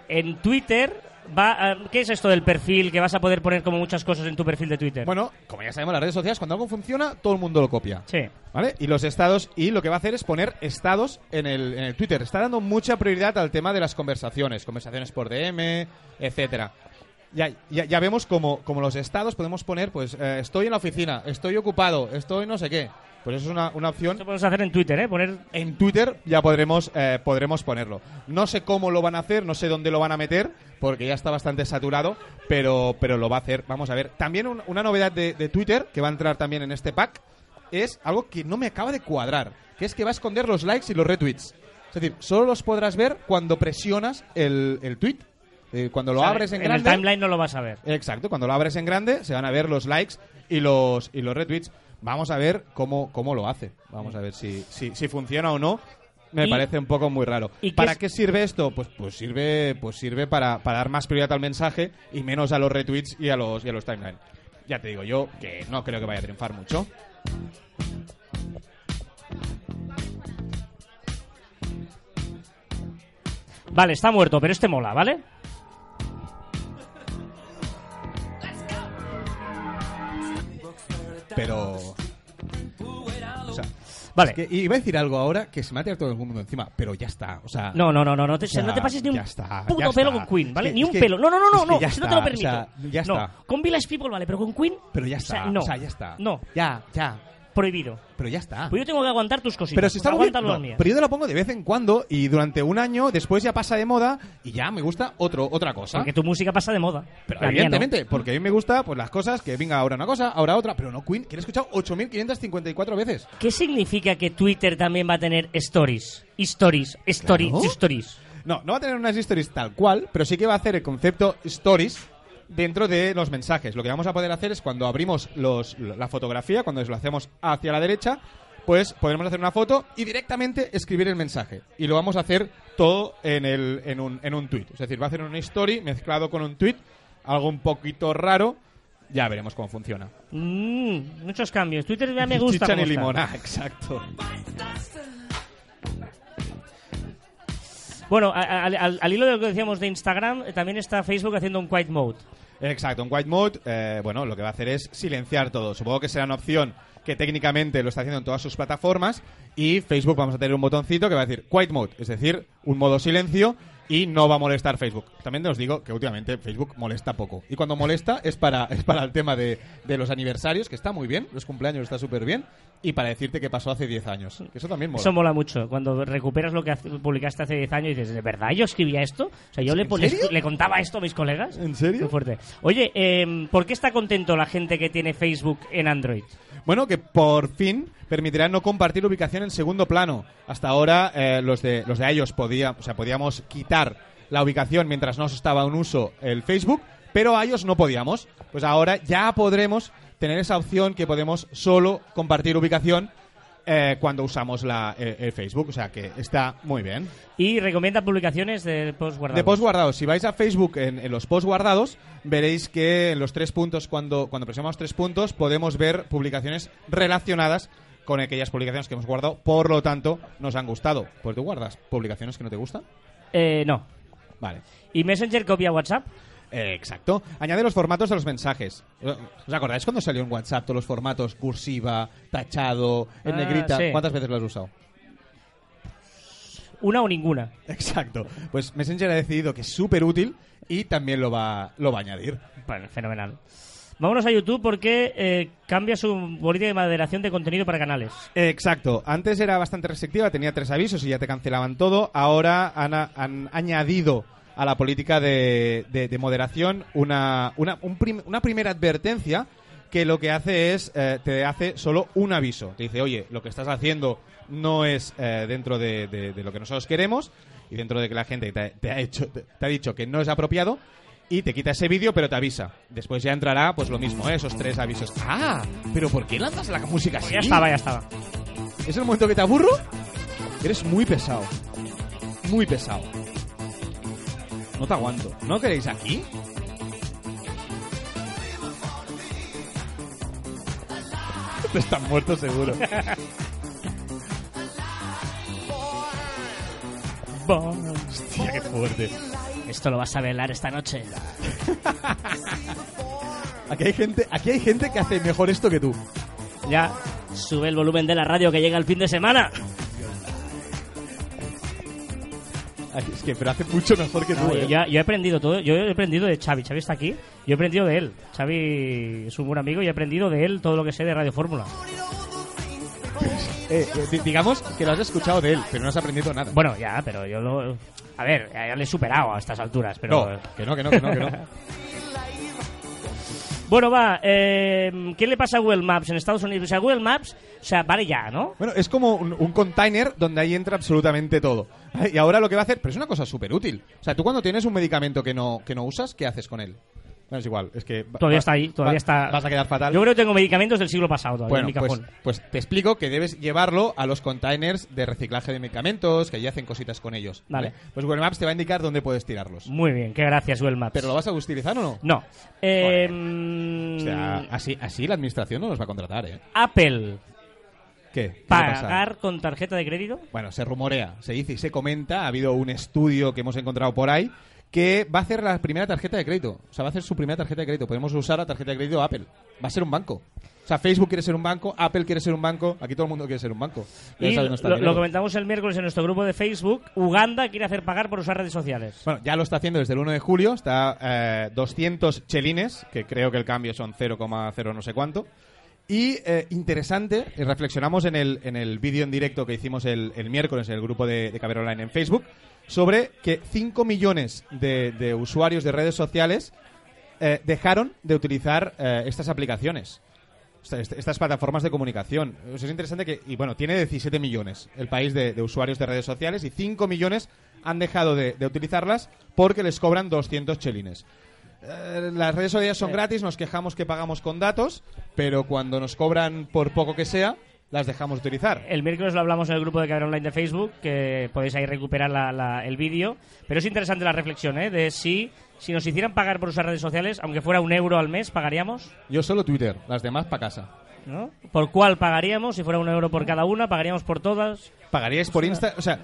[SPEAKER 1] en Twitter. Va a- ¿Qué es esto del perfil? Que vas a poder poner como muchas cosas en tu perfil de Twitter.
[SPEAKER 2] Bueno, como ya sabemos, las redes sociales, cuando algo funciona, todo el mundo lo copia.
[SPEAKER 1] sí.
[SPEAKER 2] ¿Vale? Y los estados, y lo que va a hacer es poner estados en el, en el Twitter. Está dando mucha prioridad al tema de las conversaciones, conversaciones por DM, etcétera. Ya, ya, ya vemos como, como los estados podemos poner, pues, eh, estoy en la oficina, estoy ocupado, estoy no sé qué. Pues eso es una, una opción
[SPEAKER 1] Esto podemos hacer en Twitter, ¿eh? Poner
[SPEAKER 2] en Twitter ya podremos, eh, podremos ponerlo. No sé cómo lo van a hacer, no sé dónde lo van a meter, porque ya está bastante saturado, pero, pero lo va a hacer. Vamos a ver. También un- una novedad de, de Twitter, que va a entrar también en este pack, es algo que no me acaba de cuadrar, que es que va a esconder los likes y los retweets. Es decir, solo los podrás ver cuando presionas el, el tweet. Eh, cuando lo
[SPEAKER 1] o sea,
[SPEAKER 2] abres en,
[SPEAKER 1] en el
[SPEAKER 2] grande.
[SPEAKER 1] timeline no lo vas a ver.
[SPEAKER 2] Exacto, cuando lo abres en grande se van a ver los likes y los, y los retweets. Vamos a ver cómo, cómo lo hace. Vamos a ver si, si, si funciona o no. Me
[SPEAKER 1] Y-
[SPEAKER 2] parece un poco muy raro.
[SPEAKER 1] ¿Y qué
[SPEAKER 2] ¿Para
[SPEAKER 1] es-
[SPEAKER 2] qué sirve esto? Pues, pues sirve, pues sirve para, para dar más prioridad al mensaje y menos a los retweets y a los, y a los timeline. Ya te digo yo que no creo que vaya a triunfar mucho.
[SPEAKER 1] Vale, está muerto, pero este mola, ¿vale?
[SPEAKER 2] Pero. O sea,
[SPEAKER 1] Vale.
[SPEAKER 2] es que iba a decir algo ahora que se me ha tirado todo el mundo encima, pero ya está. O sea,
[SPEAKER 1] No, no, no, no, no te,
[SPEAKER 2] O sea,
[SPEAKER 1] no te pases ni un
[SPEAKER 2] ya está,
[SPEAKER 1] puto
[SPEAKER 2] ya está.
[SPEAKER 1] pelo con Queen, ¿vale?
[SPEAKER 2] Es que-
[SPEAKER 1] ni un
[SPEAKER 2] es que-
[SPEAKER 1] pelo. No, no, no, no,
[SPEAKER 2] es que
[SPEAKER 1] no,
[SPEAKER 2] ya
[SPEAKER 1] eso no te
[SPEAKER 2] está,
[SPEAKER 1] lo permito.
[SPEAKER 2] o sea, ya
[SPEAKER 1] No,
[SPEAKER 2] está.
[SPEAKER 1] con Village People vale, pero con Queen.
[SPEAKER 2] Pero ya
[SPEAKER 1] o sea,
[SPEAKER 2] está.
[SPEAKER 1] no,
[SPEAKER 2] O sea, ya está.
[SPEAKER 1] No,
[SPEAKER 2] Ya, ya.
[SPEAKER 1] prohibido.
[SPEAKER 2] Pero ya está.
[SPEAKER 1] Pues yo tengo que aguantar tus cositas.
[SPEAKER 2] Pero si
[SPEAKER 1] pues
[SPEAKER 2] está muy bien,
[SPEAKER 1] aguanta las
[SPEAKER 2] no,
[SPEAKER 1] mías.
[SPEAKER 2] pero yo te la pongo de vez en cuando y durante un año después ya pasa de moda y ya me gusta otro, otra cosa.
[SPEAKER 1] Porque tu música pasa de moda.
[SPEAKER 2] Pero
[SPEAKER 1] La mía
[SPEAKER 2] evidentemente, porque a mí me gusta pues las cosas que venga ahora una cosa, ahora otra, pero no Queen, que lo he escuchado 8554 veces.
[SPEAKER 1] no. ¿Qué significa que Twitter también va a tener stories? Stories, stories,
[SPEAKER 2] Claro.
[SPEAKER 1] stories.
[SPEAKER 2] No, no va a tener unas stories tal cual, pero sí que va a hacer el concepto stories dentro de los mensajes. Lo que vamos a poder hacer es cuando abrimos los, la fotografía, cuando lo hacemos hacia la derecha, pues podremos hacer una foto y directamente escribir el mensaje. Y lo vamos a hacer todo en, el, en, un, en un tweet. Es decir, va a hacer una story mezclado con un tweet, algo un poquito raro. Ya veremos cómo funciona.
[SPEAKER 1] Mm, muchos cambios. Twitter ya me gusta.
[SPEAKER 2] Chicha
[SPEAKER 1] cómo
[SPEAKER 2] ni
[SPEAKER 1] está.
[SPEAKER 2] limona, exacto.
[SPEAKER 1] Bueno, a- a- al, al- al hilo de lo que decíamos de Instagram, eh, también está Facebook haciendo un quiet mode.
[SPEAKER 2] Exacto, en White Mode, eh, bueno, lo que va a hacer es silenciar todo. Supongo que será una opción que técnicamente lo está haciendo en todas sus plataformas y Facebook vamos a tener un botoncito que va a decir White Mode, es decir, un modo silencio y no va a molestar Facebook. También os digo que últimamente Facebook molesta poco y cuando molesta es para, es para el tema de, de los aniversarios, que está muy bien, los cumpleaños está súper bien, y para decirte que pasó hace 10 años, que eso también mola.
[SPEAKER 1] Eso mola mucho. Cuando recuperas lo que hace- publicaste hace 10 años y dices, ¿de verdad yo escribía esto? O sea, yo le,
[SPEAKER 2] ¿En
[SPEAKER 1] le-
[SPEAKER 2] serio?
[SPEAKER 1] le contaba esto a mis colegas.
[SPEAKER 2] ¿En serio?
[SPEAKER 1] Muy fuerte. Oye, eh, ¿por qué está contento la gente que tiene Facebook en Android?
[SPEAKER 2] Bueno, que por fin permitirá no compartir ubicación en segundo plano. Hasta ahora eh, los de los de iOS podía, o sea, podíamos quitar la ubicación mientras no se estaba en uso el Facebook, pero a iOS no podíamos. Pues ahora ya podremos tener esa opción que podemos solo compartir ubicación eh, cuando usamos la, eh, el Facebook, o sea que está muy bien.
[SPEAKER 1] Y recomienda publicaciones de post guardados.
[SPEAKER 2] De post guardados. Si vais a Facebook en, en los post guardados, veréis que en los tres puntos, cuando, cuando presionamos tres puntos, podemos ver publicaciones relacionadas con aquellas publicaciones que hemos guardado, por lo tanto, nos han gustado. Pues tú guardas publicaciones que no te gustan.
[SPEAKER 1] Eh, no.
[SPEAKER 2] Vale.
[SPEAKER 1] ¿Y Messenger copia WhatsApp?
[SPEAKER 2] Eh, exacto. Añade los formatos de los mensajes. Eh, ¿Os acordáis cuando salió en WhatsApp todos los formatos cursiva, tachado, en
[SPEAKER 1] Ah,
[SPEAKER 2] negrita?
[SPEAKER 1] sí.
[SPEAKER 2] ¿Cuántas veces lo has usado?
[SPEAKER 1] Una o ninguna.
[SPEAKER 2] Exacto. Pues Messenger ha decidido que es súper útil y también lo va, lo va a añadir.
[SPEAKER 1] Bueno, fenomenal. Vámonos a YouTube porque eh, cambia su política de moderación de contenido para canales.
[SPEAKER 2] Eh, Exacto. Antes era bastante restrictiva, tenía tres avisos y ya te cancelaban todo. Ahora han, a- han añadido a la política de, de- de moderación una, una, un prim- una primera advertencia que lo que hace es, eh, te hace solo un aviso. Te dice, oye, lo que estás haciendo no es eh, dentro de, de- de lo que nosotros queremos y dentro de que la gente te, ha- te ha, hecho, te, te ha dicho que no es apropiado y te quita ese vídeo pero te avisa. Después ya entrará pues lo mismo, ¿eh? esos tres avisos. Ah, pero ¿por qué lanzas la música así?
[SPEAKER 1] Pues Ya estaba, ya estaba.
[SPEAKER 2] ¿Es el momento que te aburro? Eres muy pesado. Muy pesado. No te aguanto. ¿No queréis aquí? Te están muertos seguro.
[SPEAKER 1] Bom.
[SPEAKER 2] Hostia, qué fuerte.
[SPEAKER 1] Esto lo vas a velar esta noche.
[SPEAKER 2] Aquí hay gente, aquí hay gente que hace mejor esto que tú.
[SPEAKER 1] Ya, sube el volumen de la radio que llega el fin de semana.
[SPEAKER 2] Ay, Es que, pero hace mucho mejor que tú.
[SPEAKER 1] No, yo,
[SPEAKER 2] ¿eh?
[SPEAKER 1] ya- yo he aprendido todo. Yo he aprendido de Xavi. Xavi está aquí. Yo he aprendido de él. Xavi es un buen amigo y he aprendido de él todo lo que sé de Radio Fórmula.
[SPEAKER 2] Eh, eh, di- digamos que lo has escuchado de él, pero no has aprendido nada.
[SPEAKER 1] Bueno, ya, pero yo lo... A ver, ya le he superado a estas alturas, pero...
[SPEAKER 2] no, que no, que no, que no, que no.
[SPEAKER 1] Bueno, va, eh, ¿qué le pasa a Google Maps en Estados Unidos? O sea, Google Maps, o sea, vale ya, ¿no?
[SPEAKER 2] Bueno, es como un, un container donde ahí entra absolutamente todo. Y ahora lo que va a hacer, pero es una cosa súper útil. O sea, tú cuando tienes un medicamento que no, que no usas, ¿qué haces con él? Bueno, es igual, es que... va-
[SPEAKER 1] Todavía
[SPEAKER 2] va-
[SPEAKER 1] está ahí, todavía
[SPEAKER 2] va-
[SPEAKER 1] está-
[SPEAKER 2] Vas a quedar fatal.
[SPEAKER 1] Yo creo que tengo medicamentos del siglo pasado todavía en
[SPEAKER 2] Bueno,
[SPEAKER 1] mi
[SPEAKER 2] pues,
[SPEAKER 1] cajón.
[SPEAKER 2] pues te explico que debes llevarlo a los containers de reciclaje de medicamentos, que allí hacen cositas con ellos.
[SPEAKER 1] Vale.
[SPEAKER 2] Pues Google Maps te va a indicar dónde puedes tirarlos.
[SPEAKER 1] Muy bien, qué gracias, Google Maps.
[SPEAKER 2] ¿Pero lo vas a utilizar o no?
[SPEAKER 1] No. Eh,
[SPEAKER 2] O sea,
[SPEAKER 1] mm,
[SPEAKER 2] así, así la administración no nos va a contratar, ¿eh?
[SPEAKER 1] Apple,
[SPEAKER 2] ¿Qué? ¿Qué va a pasar?
[SPEAKER 1] pagar con tarjeta de crédito.
[SPEAKER 2] Bueno, se rumorea, se dice y se comenta, ha habido un estudio que hemos encontrado por ahí, que va a hacer la primera tarjeta de crédito. O sea, va a hacer su primera tarjeta de crédito. Podemos usar la tarjeta de crédito de Apple. Va a ser un banco. O sea, Facebook quiere ser un banco, Apple quiere ser un banco, aquí todo el mundo quiere ser un banco. Ya
[SPEAKER 1] Y
[SPEAKER 2] sabes dónde está
[SPEAKER 1] lo,
[SPEAKER 2] el
[SPEAKER 1] lo
[SPEAKER 2] dinero.
[SPEAKER 1] comentamos el miércoles en nuestro grupo de Facebook. Uganda quiere hacer pagar por usar redes sociales.
[SPEAKER 2] Bueno, ya lo está haciendo desde el 1 de julio, está eh, 200 chelines, que creo que el cambio son 0,0 no sé cuánto. Y eh, interesante, y reflexionamos en el, en el vídeo en directo que hicimos el, el miércoles en el grupo de, de Caber Online en Facebook, sobre que 5 millones de, de usuarios de redes sociales eh, dejaron de utilizar eh, estas aplicaciones. Esta- est- este, Estas plataformas de comunicación. O sea, es interesante que, y bueno, tiene 17 millones el país de, de usuarios de redes sociales y 5 millones han dejado de, de utilizarlas porque les cobran 200 chelines. Eh, las redes sociales son gratis, nos quejamos que pagamos con datos, pero cuando nos cobran por poco que sea, las dejamos de utilizar.
[SPEAKER 1] El miércoles lo hablamos en el grupo de Cabrón Online de Facebook, que podéis ahí recuperar la- la- el vídeo. Pero es interesante la reflexión, ¿eh? De si, si nos hicieran pagar por usar redes sociales, aunque fuera un euro al mes, ¿pagaríamos?
[SPEAKER 2] Yo solo Twitter, las demás para casa.
[SPEAKER 1] ¿No? ¿Por cuál pagaríamos? Si fuera un euro por cada una, ¿pagaríamos por todas?
[SPEAKER 2] ¿Pagaríais por Instagram? O sea,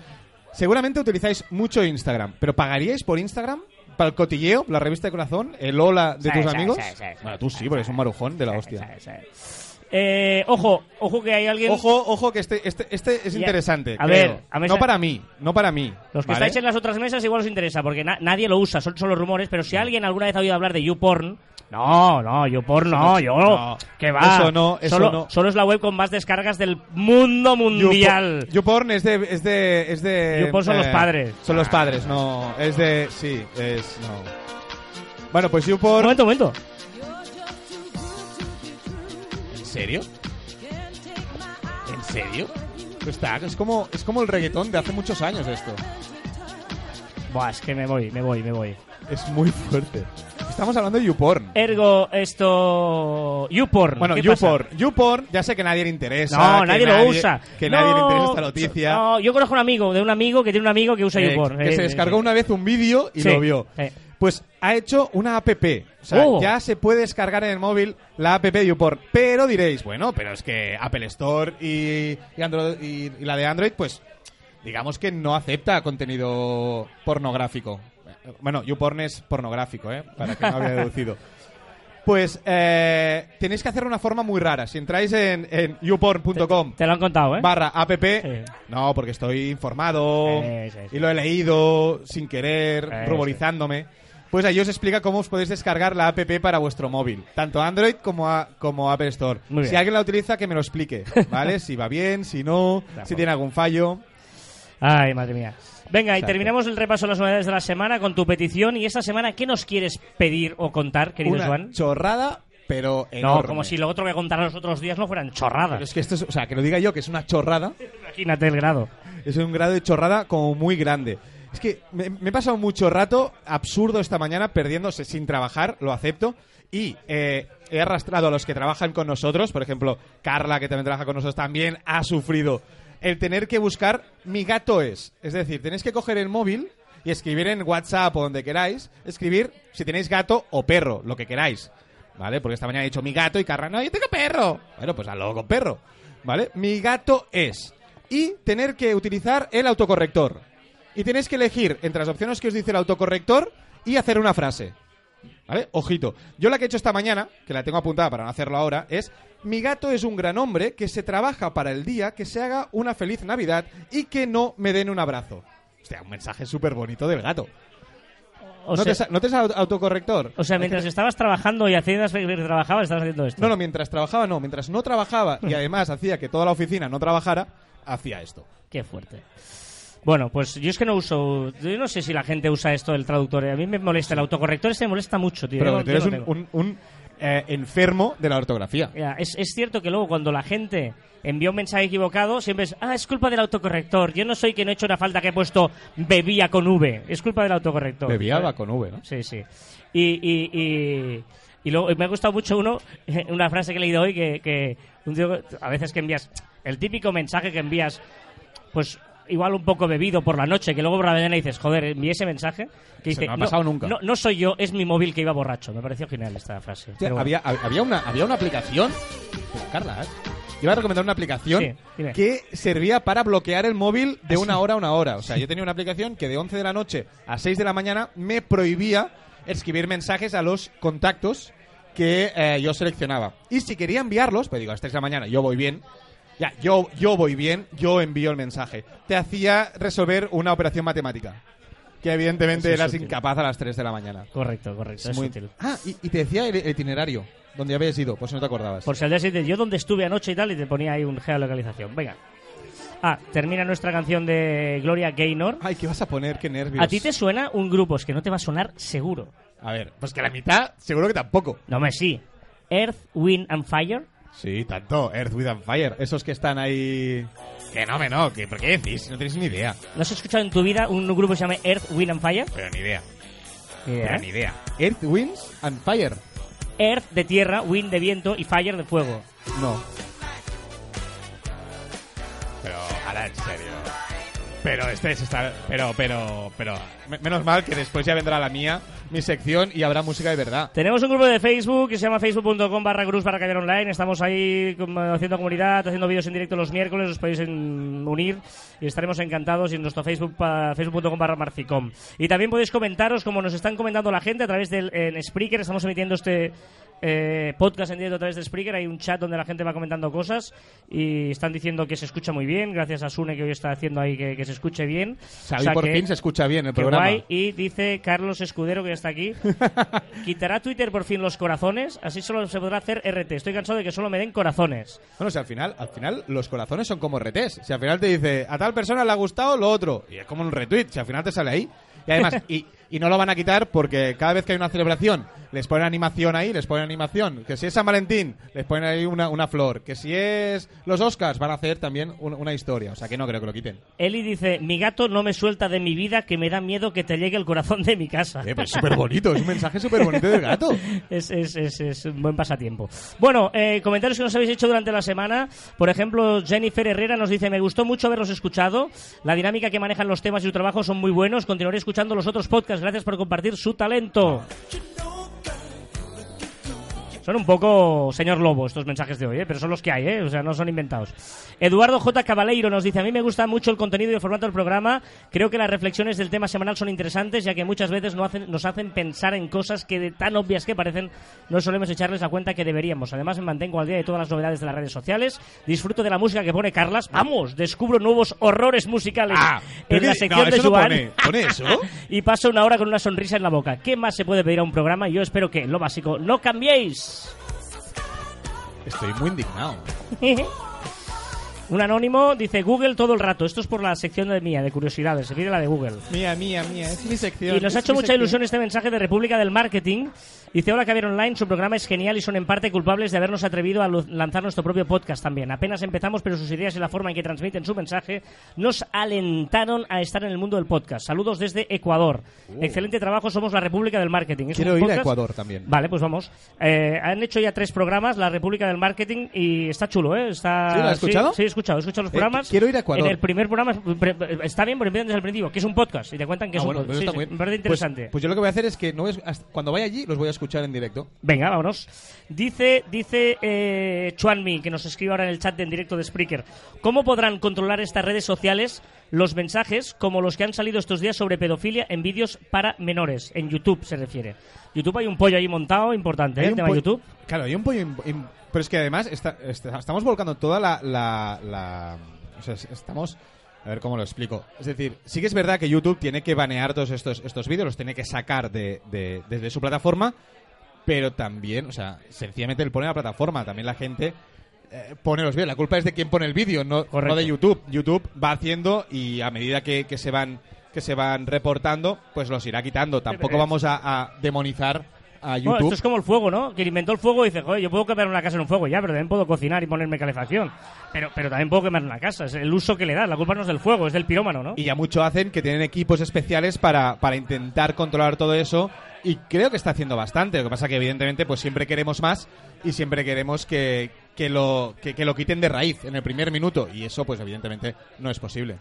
[SPEAKER 2] seguramente utilizáis mucho Instagram, pero ¿pagaríais por Instagram? ¿Para el cotilleo? ¿La revista de corazón? ¿El hola de
[SPEAKER 1] Sí,
[SPEAKER 2] tus
[SPEAKER 1] sí,
[SPEAKER 2] amigos?
[SPEAKER 1] sí, sí, sí.
[SPEAKER 2] bueno, tú sí, porque eres un marujón de la hostia.
[SPEAKER 1] Sí, sí. Eh, ojo, ojo que hay alguien...
[SPEAKER 2] Ojo, ojo, que este, este, este es
[SPEAKER 1] Ya.
[SPEAKER 2] interesante.
[SPEAKER 1] A
[SPEAKER 2] creo.
[SPEAKER 1] ver, a mesa-
[SPEAKER 2] no para mí, no para mí.
[SPEAKER 1] Los que
[SPEAKER 2] ¿vale?
[SPEAKER 1] estáis en las otras mesas igual os interesa, porque na- nadie lo usa, son solo rumores, pero si alguien alguna vez ha oído hablar de YouPorn... No, no, YouPorn no,
[SPEAKER 2] no-
[SPEAKER 1] yo...
[SPEAKER 2] no.
[SPEAKER 1] que va?
[SPEAKER 2] Eso no, eso
[SPEAKER 1] solo,
[SPEAKER 2] no.
[SPEAKER 1] Solo es la web con más descargas del mundo
[SPEAKER 2] YouPorn-
[SPEAKER 1] mundial.
[SPEAKER 2] YouPorn es de... Es de, es de eh,
[SPEAKER 1] YouPorn son los padres. Ah.
[SPEAKER 2] Son los padres, no. Es de... Sí, es... No. Bueno, pues YouPorn...
[SPEAKER 1] Un momento, un momento.
[SPEAKER 2] ¿En serio? ¿En serio? Pues está, es como, es como el reggaetón de hace muchos años esto.
[SPEAKER 1] Buah, es que me voy, me voy, me voy.
[SPEAKER 2] Es muy fuerte. Estamos hablando de YouPorn.
[SPEAKER 1] Ergo, esto... YouPorn.
[SPEAKER 2] bueno,
[SPEAKER 1] ¿qué pasa?
[SPEAKER 2] YouPorn. YouPorn, ya sé que nadie le interesa.
[SPEAKER 1] No,
[SPEAKER 2] que
[SPEAKER 1] nadie lo usa.
[SPEAKER 2] Que
[SPEAKER 1] No,
[SPEAKER 2] nadie le interesa esta noticia.
[SPEAKER 1] No, yo conozco un amigo, de un amigo que tiene un amigo que usa
[SPEAKER 2] Eh,
[SPEAKER 1] YouPorn.
[SPEAKER 2] que
[SPEAKER 1] Eh,
[SPEAKER 2] se
[SPEAKER 1] eh,
[SPEAKER 2] descargó
[SPEAKER 1] eh.
[SPEAKER 2] una vez un vídeo y
[SPEAKER 1] Sí,
[SPEAKER 2] lo vio.
[SPEAKER 1] sí.
[SPEAKER 2] Pues ha hecho una app. O sea,
[SPEAKER 1] Oh.
[SPEAKER 2] ya se puede descargar en el móvil la app de YouPorn. Pero diréis, bueno, pero es que Apple Store y, y Android, y, y la de Android, pues digamos que no acepta contenido pornográfico. Bueno, YouPorn es pornográfico, ¿eh? Para que no había deducido. Pues eh, tenéis que hacer una forma muy rara. Si entráis en, en youporn.com
[SPEAKER 1] Te lo han contado, ¿eh?
[SPEAKER 2] barra app.
[SPEAKER 1] Sí.
[SPEAKER 2] No, porque estoy informado
[SPEAKER 1] Sí, sí, sí.
[SPEAKER 2] y lo he leído sin querer,
[SPEAKER 1] Sí,
[SPEAKER 2] ruborizándome. Pues ahí os explica cómo os podéis descargar la app para vuestro móvil, tanto Android como, a- como Apple Store.
[SPEAKER 1] Muy bien.
[SPEAKER 2] Si alguien la utiliza, que me lo explique, ¿vale? si va bien, si no, si
[SPEAKER 1] acuerdo.
[SPEAKER 2] tiene algún fallo.
[SPEAKER 1] Ay, madre mía. Venga, y
[SPEAKER 2] Exacto.
[SPEAKER 1] terminamos el repaso de las novedades de la semana con tu petición. Y esta semana, ¿qué nos quieres pedir o contar, querido
[SPEAKER 2] Una
[SPEAKER 1] Joan?
[SPEAKER 2] chorrada, pero enorme.
[SPEAKER 1] No, como si lo otro que contar los otros días no fueran
[SPEAKER 2] Pero
[SPEAKER 1] chorradas.
[SPEAKER 2] es que esto es- o sea, que lo diga yo, que es una chorrada,
[SPEAKER 1] Imagínate el grado.
[SPEAKER 2] Es un grado de chorrada como muy grande. Es que me, me he pasado mucho rato absurdo esta mañana perdiéndose sin trabajar, lo acepto. Y eh, he arrastrado a los que trabajan con nosotros, por ejemplo, Carla, que también trabaja con nosotros, también ha sufrido el tener que buscar mi gato es. Es decir, tenéis que coger el móvil y escribir en WhatsApp o donde queráis, escribir si tenéis gato o perro, lo que queráis. ¿Vale? Porque esta mañana he dicho mi gato y Carla, no, yo tengo perro. Bueno, pues hazlo con perro. ¿Vale? Mi gato es. Y tener que utilizar el autocorrector. Y tenéis que elegir entre las opciones que os dice el autocorrector y hacer una frase. ¿Vale? Ojito. Yo la que he hecho esta mañana, que la tengo apuntada para no hacerlo ahora, es mi gato es un gran hombre que se trabaja para el día, que se haga una feliz Navidad y que no me den un abrazo. Hostia, un mensaje súper bonito del gato.
[SPEAKER 1] O
[SPEAKER 2] ¿No,
[SPEAKER 1] sea,
[SPEAKER 2] te sa- ¿No te sa- autocorrector?
[SPEAKER 1] o sea, mientras estabas trabajando y haciendo que trabajabas, estabas haciendo esto.
[SPEAKER 2] No, no, mientras trabajaba no, mientras no trabajaba y además hacía que toda la oficina no trabajara, hacía esto.
[SPEAKER 1] Qué fuerte. Bueno, pues yo es que no uso. Yo no ¿eh? sé si la gente usa esto del traductor. A mí me molesta el autocorrector, se me molesta mucho, tío.
[SPEAKER 2] Pero
[SPEAKER 1] Yo no-
[SPEAKER 2] tú
[SPEAKER 1] yo
[SPEAKER 2] eres
[SPEAKER 1] no
[SPEAKER 2] un,
[SPEAKER 1] tengo.
[SPEAKER 2] un- un eh, enfermo de la ortografía.
[SPEAKER 1] Ya, es, es cierto que luego cuando la gente envía un mensaje equivocado, siempre es, ah, es culpa del autocorrector. Yo no soy quien he hecho una falta que he puesto bebía con V. Es culpa del autocorrector.
[SPEAKER 2] Bebía va con V, ¿no?
[SPEAKER 1] Sí, sí. Y, y, y, y luego me ha gustado mucho uno, una frase que he leído hoy, que, que un tío- a veces que envías, el típico mensaje que envías, pues igual un poco bebido por la noche, que luego por la mañana dices, joder, envié ese mensaje. Que
[SPEAKER 2] Se
[SPEAKER 1] dice,
[SPEAKER 2] me ha
[SPEAKER 1] "No,
[SPEAKER 2] pasado nunca".
[SPEAKER 1] No, no soy yo, es mi móvil que iba borracho. Me pareció genial esta frase.
[SPEAKER 2] O sea,
[SPEAKER 1] Pero bueno.
[SPEAKER 2] había, hab- había una, había una aplicación. Pero, Carla, ¿eh? yo iba a recomendar una aplicación
[SPEAKER 1] Sí, dime. Ah,
[SPEAKER 2] que servía para bloquear el móvil de una hora a una hora. O sea, yo tenía una aplicación que de 11 de la noche a 6 de la mañana me prohibía escribir mensajes a los contactos que eh, yo seleccionaba. Y si quería enviarlos, pues digo, a las 3 de la mañana yo voy bien. Ya, yo, yo voy bien, yo envío el mensaje. Te hacía resolver una operación matemática. Que
[SPEAKER 1] Eso
[SPEAKER 2] evidentemente
[SPEAKER 1] es
[SPEAKER 2] eras
[SPEAKER 1] útil.
[SPEAKER 2] incapaz a las 3 de la mañana.
[SPEAKER 1] Correcto, correcto, es,
[SPEAKER 2] Muy-
[SPEAKER 1] útil.
[SPEAKER 2] Ah, y, y te decía el, el itinerario, donde habías ido, pues no te acordabas.
[SPEAKER 1] Por si al día siguiente, yo donde estuve anoche y tal, y te ponía ahí un geolocalización. Venga. Ah, termina nuestra canción de Gloria Gaynor.
[SPEAKER 2] Ay, ¿qué vas a poner? Qué nervios.
[SPEAKER 1] ¿A ti te suena un grupo? Es que no te va a sonar seguro.
[SPEAKER 2] A ver, pues que la mitad seguro que tampoco.
[SPEAKER 1] No me sí. Earth, Wind and Fire.
[SPEAKER 2] Sí, tanto. Earth, Wind and Fire. Esos que están ahí... Que no, me no. Que, ¿Por qué decís? No tenéis ni idea.
[SPEAKER 1] ¿No has escuchado en tu vida un grupo que se llama Earth, Wind and Fire?
[SPEAKER 2] Pero ni idea.
[SPEAKER 1] ¿Eh?
[SPEAKER 2] idea. Earth, Winds and Fire.
[SPEAKER 1] Earth de tierra, Wind de viento y Fire de fuego.
[SPEAKER 2] No. Pero, ahora en serio. Pero este es estar... Pero, pero, pero... Me- menos mal que después ya vendrá la mía, mi sección, y habrá música de verdad.
[SPEAKER 1] Tenemos un grupo de Facebook que se llama facebook.com barra cruz barra caviar online. Estamos ahí como haciendo comunidad, haciendo vídeos en directo los miércoles. Os podéis en- unir y estaremos encantados. Y en nuestro Facebook, pa- facebook.com barra marficom. Y también podéis comentaros, como nos están comentando la gente a través del en Spreaker. Estamos emitiendo este eh, podcast en directo a través de Spreaker. Hay un chat donde la gente va comentando cosas y están diciendo que se escucha muy bien. Gracias a Sune que hoy está haciendo ahí que, que se escuche bien.
[SPEAKER 2] Xavi
[SPEAKER 1] O sea
[SPEAKER 2] por
[SPEAKER 1] que-
[SPEAKER 2] fin se escucha bien el
[SPEAKER 1] Qué
[SPEAKER 2] programa.
[SPEAKER 1] guay. Y dice Carlos Escudero, que ya está aquí, quitará Twitter por fin los corazones, así solo se podrá hacer RT. Estoy cansado de que solo me den corazones.
[SPEAKER 2] Bueno, si al final, al final los corazones son como retés. Si al final te dice, a tal persona le ha gustado lo otro, y es como un retweet, si al final te sale ahí. Y además, y, y no lo van a quitar porque cada vez que hay una celebración, les ponen animación ahí, les ponen animación. Que si es San Valentín, les ponen ahí una, una flor. Que si es los Oscars, van a hacer también un- una historia. O sea que no creo que lo quiten.
[SPEAKER 1] Eli dice, mi gato no me suelta de mi vida que me da miedo que te llegue el corazón de mi casa.
[SPEAKER 2] Eh, pero es súper bonito, es un mensaje súper bonito del gato.
[SPEAKER 1] Es, es- es- es un buen pasatiempo. Bueno, eh, comentarios que nos habéis hecho durante la semana. Por ejemplo, Jennifer Herrera nos dice, me gustó mucho haberlos escuchado. La dinámica que manejan los temas y su trabajo son muy buenos. Continuaré escuchando los otros podcasts. Gracias por compartir su talento. Son un poco señor lobo estos mensajes de hoy, ¿eh? pero son los que hay, ¿eh? o sea, no son inventados. Eduardo J. Cabaleiro nos dice, a mí me gusta mucho el contenido y el formato del programa, creo que las reflexiones del tema semanal son interesantes, ya que muchas veces no hacen- nos hacen pensar en cosas que de tan obvias que parecen no solemos echarles la cuenta que deberíamos. Además, me mantengo al día de todas las novedades de las redes sociales, disfruto de la música que pone Carlas, vamos, descubro nuevos horrores musicales
[SPEAKER 2] Ah, pero
[SPEAKER 1] en la
[SPEAKER 2] que-
[SPEAKER 1] sección
[SPEAKER 2] no,
[SPEAKER 1] de
[SPEAKER 2] eso no
[SPEAKER 1] Joan.
[SPEAKER 2] pone, ¿pone eso?
[SPEAKER 1] y paso una hora con una sonrisa en la boca. ¿Qué más se puede pedir a un programa? Yo espero que, lo básico, no cambiéis.
[SPEAKER 2] Estoy muy indignado.
[SPEAKER 1] Un anónimo dice Google todo el rato. Esto es por la sección de mía, de curiosidades. Se pide la de Google.
[SPEAKER 2] Mía, mía, mía, es mi sección.
[SPEAKER 1] Y nos ha hecho mucha ilusión este mensaje de República del Marketing. Dice, hola Caviar Online, su programa es genial y son en parte culpables de habernos atrevido a lu- lanzar nuestro propio podcast también. Apenas empezamos, pero sus ideas y la forma en que transmiten su mensaje nos alentaron a estar en el mundo del podcast. Saludos desde Ecuador. Excelente trabajo, somos la República del Marketing. Es
[SPEAKER 2] Uh. Quiero
[SPEAKER 1] un
[SPEAKER 2] ir a
[SPEAKER 1] podcast-
[SPEAKER 2] Ecuador también.
[SPEAKER 1] Vale, pues vamos. Eh, han hecho ya tres programas, la República del Marketing, y está chulo, ¿eh? Está...
[SPEAKER 2] ¿Sí? ¿Lo has escuchado?
[SPEAKER 1] Sí, he escuchado, he escuchado los
[SPEAKER 2] Eh,
[SPEAKER 1] programas.
[SPEAKER 2] quiero ir a Ecuador.
[SPEAKER 1] En el primer programa, pre- pre- está bien, porque empiezan desde el principio, que es un podcast, y te cuentan que
[SPEAKER 2] Ah,
[SPEAKER 1] es
[SPEAKER 2] bueno,
[SPEAKER 1] un
[SPEAKER 2] pues
[SPEAKER 1] podcast.
[SPEAKER 2] está
[SPEAKER 1] Sí,
[SPEAKER 2] muy
[SPEAKER 1] sí,
[SPEAKER 2] bien.
[SPEAKER 1] me parece
[SPEAKER 2] Pues-
[SPEAKER 1] interesante.
[SPEAKER 2] Pues, yo lo que voy a hacer es que no es, hasta- cuando vaya allí los voy a escuchar en directo.
[SPEAKER 1] Venga, vámonos. Dice, dice eh, Chuanmi, que nos escribe ahora en el chat de en directo de Spreaker, ¿cómo podrán controlar estas redes sociales los mensajes como los que han salido estos días sobre pedofilia en vídeos para menores? En YouTube se refiere. YouTube hay un pollo ahí montado, importante, ¿eh?
[SPEAKER 2] Hay
[SPEAKER 1] El
[SPEAKER 2] un
[SPEAKER 1] tema
[SPEAKER 2] pollo-
[SPEAKER 1] YouTube.
[SPEAKER 2] Claro, hay un pollo. in- in- pero es que además está- está- estamos volcando toda la, la- la- O sea, estamos. A ver cómo lo explico. Es decir, sí que es verdad que YouTube tiene que banear todos estos, estos vídeos, los tiene que sacar de, de- desde su plataforma, pero también, o sea, sencillamente él pone la plataforma, también la gente eh, pone los vídeos. La culpa es de quien pone el vídeo, no,
[SPEAKER 1] Correcto.
[SPEAKER 2] no de YouTube. YouTube va haciendo y a medida que, que se van que se van reportando, pues los irá quitando. Tampoco vamos a, a demonizar a
[SPEAKER 1] Bueno,
[SPEAKER 2] YouTube.
[SPEAKER 1] esto es como el fuego, ¿no? Quien inventó el fuego dice, joder, yo puedo quemar una casa en un fuego, ya, pero también puedo cocinar y ponerme calefacción. Pero, pero también puedo quemar una casa. Es el uso que le das. La culpa no es del fuego, es del pirómano, ¿no?
[SPEAKER 2] Y ya mucho hacen que tienen equipos especiales para, para intentar controlar todo eso. Y creo que está haciendo bastante. Lo que pasa que evidentemente pues siempre queremos más y siempre queremos que, que lo, que, que lo quiten de raíz en el primer minuto. Y eso pues evidentemente no es posible.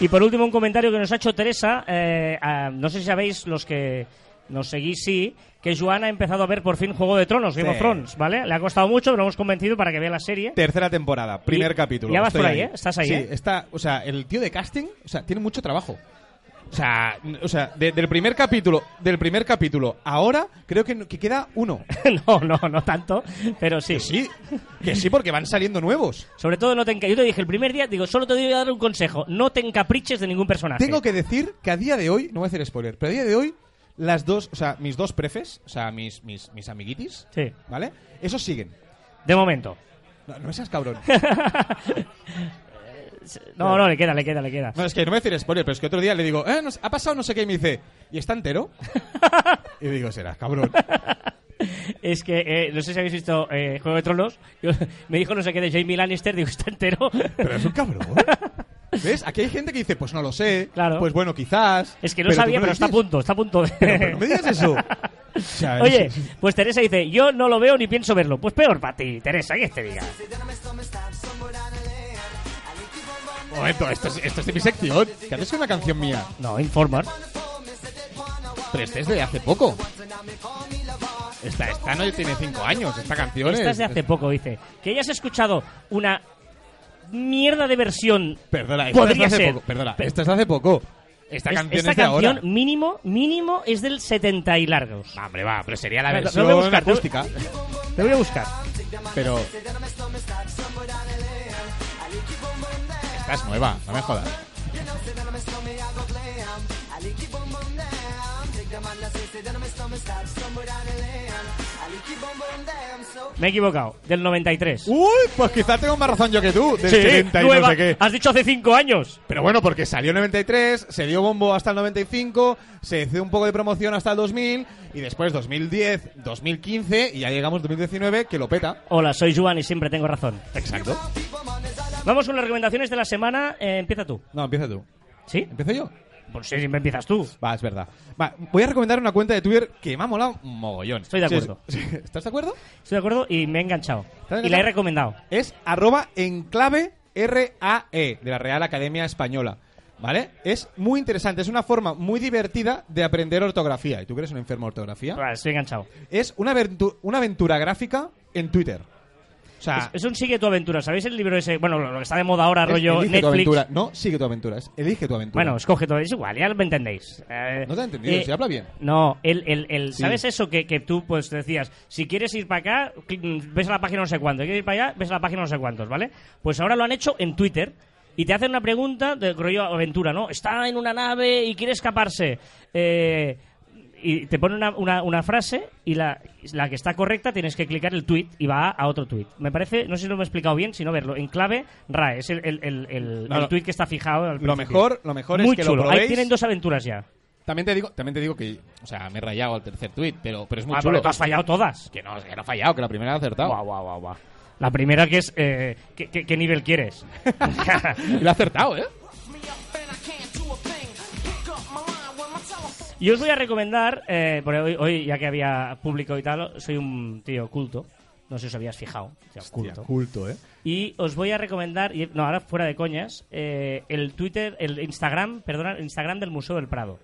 [SPEAKER 1] Y por último, un comentario que nos ha hecho Teresa. eh, ah, no sé si sabéis los que nos seguís, sí, que Joana ha empezado a ver por fin Juego de Tronos, Game
[SPEAKER 2] Sí.
[SPEAKER 1] of Thrones, ¿vale? Le ha costado mucho, pero lo hemos convencido para que vea la serie.
[SPEAKER 2] Tercera temporada, primer
[SPEAKER 1] Y-
[SPEAKER 2] capítulo.
[SPEAKER 1] ya vas
[SPEAKER 2] Estoy
[SPEAKER 1] por ahí, ¿eh? Estás ahí,
[SPEAKER 2] Sí,
[SPEAKER 1] ¿eh?
[SPEAKER 2] está, o sea, el tío de casting, o sea, tiene mucho trabajo. O sea, n- o sea de- del primer capítulo, del primer capítulo, ahora creo que, no- que queda uno.
[SPEAKER 1] no, no, no tanto, pero sí.
[SPEAKER 2] Que sí, que sí, porque van saliendo nuevos.
[SPEAKER 1] Sobre todo no te enca- Yo te dije el primer día, digo, solo te voy a dar un consejo, no te encapriches de ningún personaje.
[SPEAKER 2] Tengo que decir que a día de hoy, no voy a hacer spoiler, pero a día de hoy, las dos, o sea, mis dos prefes, o sea, mis, mis, mis amiguitis,
[SPEAKER 1] Sí.
[SPEAKER 2] ¿vale? Esos siguen.
[SPEAKER 1] De momento.
[SPEAKER 2] No, no seas cabrón.
[SPEAKER 1] No, no, le queda, le queda, le queda.
[SPEAKER 2] No, es que no voy a decir spoiler, pero es que otro día le digo, eh, no sé- ha pasado no sé qué, y me dice, ¿y está entero? y digo, serás cabrón.
[SPEAKER 1] Es que, eh, no sé si habéis visto eh, Juego de Tronos, yo- me dijo no sé qué de Jamie Lannister, digo, está entero.
[SPEAKER 2] Pero es un cabrón. ¿Ves? Aquí hay gente que dice, pues no lo sé.
[SPEAKER 1] Claro.
[SPEAKER 2] Pues bueno, quizás.
[SPEAKER 1] Es que no
[SPEAKER 2] tú
[SPEAKER 1] sabía,
[SPEAKER 2] me
[SPEAKER 1] pero
[SPEAKER 2] lo
[SPEAKER 1] está a
[SPEAKER 2] dices.
[SPEAKER 1] punto, está a punto de...
[SPEAKER 2] Pero, pero no me digas eso. O sea,
[SPEAKER 1] Oye,
[SPEAKER 2] es-
[SPEAKER 1] pues Teresa dice, yo no lo veo ni pienso verlo. Pues peor para ti, Teresa, que te diga.
[SPEAKER 2] Un momento, esto es, esto es de mi sección. ¿Qué haces con una canción mía?
[SPEAKER 1] No, informar.
[SPEAKER 2] Pero este es de hace poco. Esta, esta no tiene cinco años, esta canción
[SPEAKER 1] Esta es de hace poco, dice. Que hayas escuchado una mierda de versión.
[SPEAKER 2] Perdona, esta es de
[SPEAKER 1] Podría
[SPEAKER 2] hace
[SPEAKER 1] ser.
[SPEAKER 2] poco. Perdona,
[SPEAKER 1] Pe-
[SPEAKER 2] esta es de hace poco. Esta
[SPEAKER 1] Es-
[SPEAKER 2] canción
[SPEAKER 1] esta
[SPEAKER 2] es de
[SPEAKER 1] canción,
[SPEAKER 2] ahora.
[SPEAKER 1] mínimo, mínimo, es del 70 y largos.
[SPEAKER 2] Va, hombre, va, pero sería la
[SPEAKER 1] Lo- lo
[SPEAKER 2] versión
[SPEAKER 1] voy a buscar, te-
[SPEAKER 2] acústica.
[SPEAKER 1] Te voy a buscar.
[SPEAKER 2] Pero. Esta es nueva, no me jodas.
[SPEAKER 1] Me he equivocado. Del 93.
[SPEAKER 2] Uy, pues quizás tengo más razón yo que tú, del
[SPEAKER 1] Sí,
[SPEAKER 2] 70 y no
[SPEAKER 1] nueva.
[SPEAKER 2] sé qué.
[SPEAKER 1] Has dicho hace 5 años.
[SPEAKER 2] Pero bueno, porque salió en 93, se dio bombo hasta el 95, se hizo un poco de promoción hasta el 2000 y después 2010, 2015 y ya llegamos 2019 que lo peta.
[SPEAKER 1] Hola, soy Juan y siempre tengo razón.
[SPEAKER 2] Exacto.
[SPEAKER 1] Vamos con las recomendaciones de la semana. Eh, empieza tú.
[SPEAKER 2] No, empieza tú.
[SPEAKER 1] ¿Sí?
[SPEAKER 2] ¿Empiezo yo?
[SPEAKER 1] Pues sí, siempre empiezas tú.
[SPEAKER 2] Va, es verdad. Va, voy a recomendar una cuenta de Twitter que me ha molado un mogollón.
[SPEAKER 1] Estoy de
[SPEAKER 2] Sí,
[SPEAKER 1] acuerdo.
[SPEAKER 2] sí, ¿Estás de acuerdo?
[SPEAKER 1] Estoy de acuerdo y me he enganchado.
[SPEAKER 2] ¿Estás
[SPEAKER 1] Y la he
[SPEAKER 2] enganchado?
[SPEAKER 1] recomendado.
[SPEAKER 2] es arroba enclave RAE, de la Real Academia Española. ¿Vale? Es muy interesante, es una forma muy divertida de aprender ortografía. ¿Y tú crees un enfermo de ortografía?
[SPEAKER 1] Vale, Estoy enganchado.
[SPEAKER 2] Es una, aventu- una aventura gráfica en Twitter. O sea,
[SPEAKER 1] Es un Sigue tu aventura. ¿Sabéis el libro ese? Bueno, lo lo que está de moda ahora,
[SPEAKER 2] es
[SPEAKER 1] rollo
[SPEAKER 2] elige tu
[SPEAKER 1] Netflix.
[SPEAKER 2] aventura. No, sigue tu aventura. es elige tu aventura.
[SPEAKER 1] Bueno, escoge todo. Es igual, ya me entendéis. Eh,
[SPEAKER 2] No te he entendido, si habla bien.
[SPEAKER 1] No, el, el, el-
[SPEAKER 2] Sí.
[SPEAKER 1] ¿sabes eso que, que tú pues decías? Si quieres ir para acá, cl- ves a la página no sé cuánto. Si quieres ir para allá, ves a la página no sé cuántos, ¿vale? Pues ahora lo han hecho en Twitter. Y te hacen una pregunta de rollo aventura, ¿no? Está en una nave y quiere escaparse. Eh, y te pone una, una- una frase y la, la que está correcta tienes que clicar el tweet y va a otro tweet. Me parece, no sé si lo he explicado bien, sino verlo. En clave, RAE, es el, el, el- el-
[SPEAKER 2] No,
[SPEAKER 1] el
[SPEAKER 2] no.
[SPEAKER 1] tweet que está fijado. al
[SPEAKER 2] lo
[SPEAKER 1] principio.
[SPEAKER 2] mejor, lo mejor
[SPEAKER 1] Muy
[SPEAKER 2] es que
[SPEAKER 1] chulo.
[SPEAKER 2] lo probéis.
[SPEAKER 1] Ahí tienen dos aventuras ya.
[SPEAKER 2] También te digo, también te digo que, o sea, me he rayado al tercer tuit, pero, pero es muy
[SPEAKER 1] Ah,
[SPEAKER 2] chulo.
[SPEAKER 1] pero tú has fallado todas.
[SPEAKER 2] Que no, que no ha fallado, que la primera la he acertado.
[SPEAKER 1] Guau, guau, guau, guau. La primera que es, eh, ¿qué, qué, qué nivel quieres?
[SPEAKER 2] Y la he acertado, ¿eh?
[SPEAKER 1] Yo os voy a recomendar, eh, porque hoy, hoy, ya que había público y tal, soy un tío culto. No sé si os habías fijado. tío, culto.
[SPEAKER 2] culto, ¿eh?
[SPEAKER 1] Y os voy a recomendar, y- no, ahora fuera de coñas, eh, el Twitter, el Instagram, perdona, el Instagram del Museo del Prado.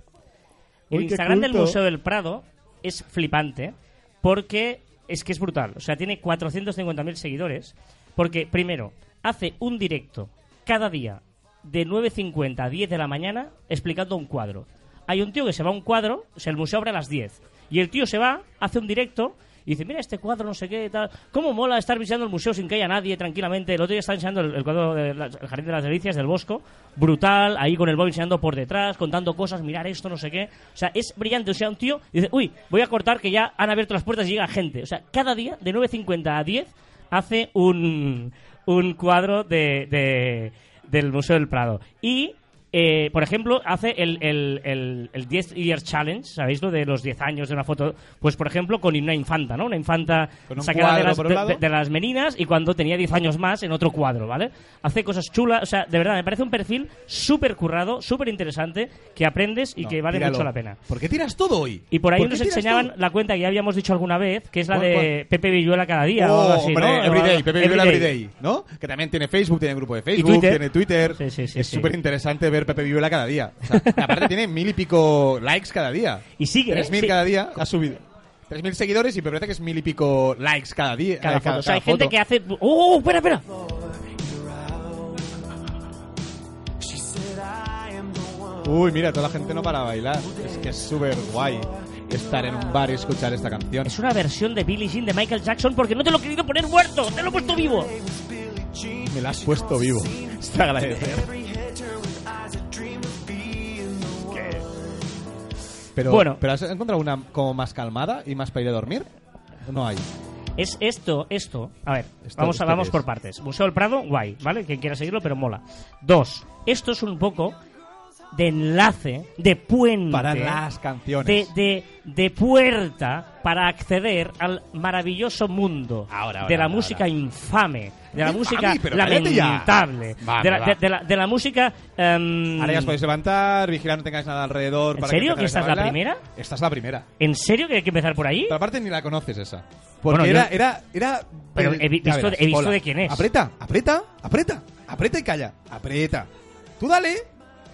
[SPEAKER 1] El
[SPEAKER 2] Uy, qué
[SPEAKER 1] Instagram del
[SPEAKER 2] culto.
[SPEAKER 1] Museo del Prado es flipante porque es que es brutal. O sea, tiene 450.000 seguidores porque, primero, hace un directo cada día de 9.50 a 10 de la mañana explicando un cuadro. Hay un tío que se va a un cuadro, o sea, el museo abre a las 10. Y el tío se va, hace un directo y dice, mira este cuadro, no sé qué, tal. ¿Cómo mola estar visitando el museo sin que haya nadie tranquilamente? El otro día estaba enseñando el, el cuadro del Jardín de las Delicias del Bosco, brutal, ahí con el Bob enseñando por detrás, contando cosas, mirar esto, no sé qué. O sea, es brillante. O sea, un tío dice, uy, voy a cortar que ya han abierto las puertas y llega gente. O sea, cada día, de 9.50 a 10, hace un, un cuadro de, de- del Museo del Prado. Y Eh, por ejemplo, hace el, el, el, el 10 Year Challenge, ¿sabéis lo de los 10 años de una foto? Pues, por ejemplo, con una infanta, ¿no? Una infanta
[SPEAKER 2] Con un
[SPEAKER 1] sacada de
[SPEAKER 2] cuadro
[SPEAKER 1] las,
[SPEAKER 2] por un
[SPEAKER 1] de-
[SPEAKER 2] lado.
[SPEAKER 1] de- de las meninas y cuando tenía 10 años más en otro cuadro, ¿vale? Hace cosas chulas, o sea, de verdad, me parece un perfil súper currado, súper interesante, que aprendes y
[SPEAKER 2] No,
[SPEAKER 1] que vale
[SPEAKER 2] tíralo.
[SPEAKER 1] mucho la pena.
[SPEAKER 2] ¿Por qué tiras todo hoy?
[SPEAKER 1] Y por ahí
[SPEAKER 2] ¿Por qué
[SPEAKER 1] nos
[SPEAKER 2] tiras
[SPEAKER 1] enseñaban
[SPEAKER 2] todo?
[SPEAKER 1] la cuenta que ya habíamos dicho alguna vez, que es la
[SPEAKER 2] ¿Cuál,
[SPEAKER 1] de Pepe Villuela cada día. o
[SPEAKER 2] Oh,
[SPEAKER 1] algo así,
[SPEAKER 2] hombre,
[SPEAKER 1] ¿no?
[SPEAKER 2] Everyday, Pepe Villuela
[SPEAKER 1] Everyday.
[SPEAKER 2] Everyday, ¿no? Que también tiene Facebook, tiene grupo de Facebook,
[SPEAKER 1] Twitter.
[SPEAKER 2] tiene Twitter.
[SPEAKER 1] Sí, sí, sí,
[SPEAKER 2] es
[SPEAKER 1] sí.
[SPEAKER 2] súper interesante ver Pepe Villuela cada día. O sea, y aparte tiene mil y pico likes cada día.
[SPEAKER 1] Y sigue, ¿eh?
[SPEAKER 2] 3.000
[SPEAKER 1] Sí.
[SPEAKER 2] cada día ha subido. 3.000 seguidores y me parece que es mil y pico likes cada día.
[SPEAKER 1] Cada
[SPEAKER 2] eh,
[SPEAKER 1] foto. O sea, hay
[SPEAKER 2] cada
[SPEAKER 1] gente
[SPEAKER 2] foto.
[SPEAKER 1] que hace. ¡Oh, espera, espera!
[SPEAKER 2] Uy, mira, toda la gente no para bailar. Es que es súper guay estar en un bar y escuchar esta canción.
[SPEAKER 1] Es una versión de Billie Jean de Michael Jackson porque no te lo he querido poner muerto, te lo he puesto vivo.
[SPEAKER 2] Me la has puesto vivo. Es de agradecer. Pero,
[SPEAKER 1] Bueno.
[SPEAKER 2] ¿pero has encontrado una como más calmada y más para ir a dormir? No hay.
[SPEAKER 1] Es esto, esto. A ver,
[SPEAKER 2] Esto-
[SPEAKER 1] vamos,
[SPEAKER 2] esto
[SPEAKER 1] a, vamos
[SPEAKER 2] qué
[SPEAKER 1] por
[SPEAKER 2] es.
[SPEAKER 1] partes. Museo del Prado, guay, ¿vale? Quien quiera seguirlo, pero mola. Dos, esto es un poco de enlace, de puente.
[SPEAKER 2] Para las canciones.
[SPEAKER 1] Mm, de, de, de puerta para acceder al maravilloso mundo
[SPEAKER 2] Ahora, ahora,
[SPEAKER 1] de la
[SPEAKER 2] ahora,
[SPEAKER 1] música infame, de la
[SPEAKER 2] Infame,
[SPEAKER 1] música
[SPEAKER 2] pero cállate ya.
[SPEAKER 1] lamentable,
[SPEAKER 2] Vamos,
[SPEAKER 1] de, la, de-
[SPEAKER 2] va.
[SPEAKER 1] de la- de la música... em,
[SPEAKER 2] Ahora ya os podéis levantar, vigilar, no tengáis nada alrededor.
[SPEAKER 1] ¿En
[SPEAKER 2] para
[SPEAKER 1] serio?
[SPEAKER 2] empezáis
[SPEAKER 1] ¿Que esta
[SPEAKER 2] a
[SPEAKER 1] es la
[SPEAKER 2] bailar.
[SPEAKER 1] primera?
[SPEAKER 2] Esta es la primera.
[SPEAKER 1] ¿En serio que hay que empezar por ahí?
[SPEAKER 2] Pero aparte ni la conoces esa. Porque
[SPEAKER 1] Bueno,
[SPEAKER 2] era,
[SPEAKER 1] yo-
[SPEAKER 2] era, era.
[SPEAKER 1] Pero he vi-
[SPEAKER 2] ya
[SPEAKER 1] visto- he visto
[SPEAKER 2] hola.
[SPEAKER 1] de quién es.
[SPEAKER 2] Aprieta, aprieta, aprieta, aprieta y calla. Aprieta. Tú dale,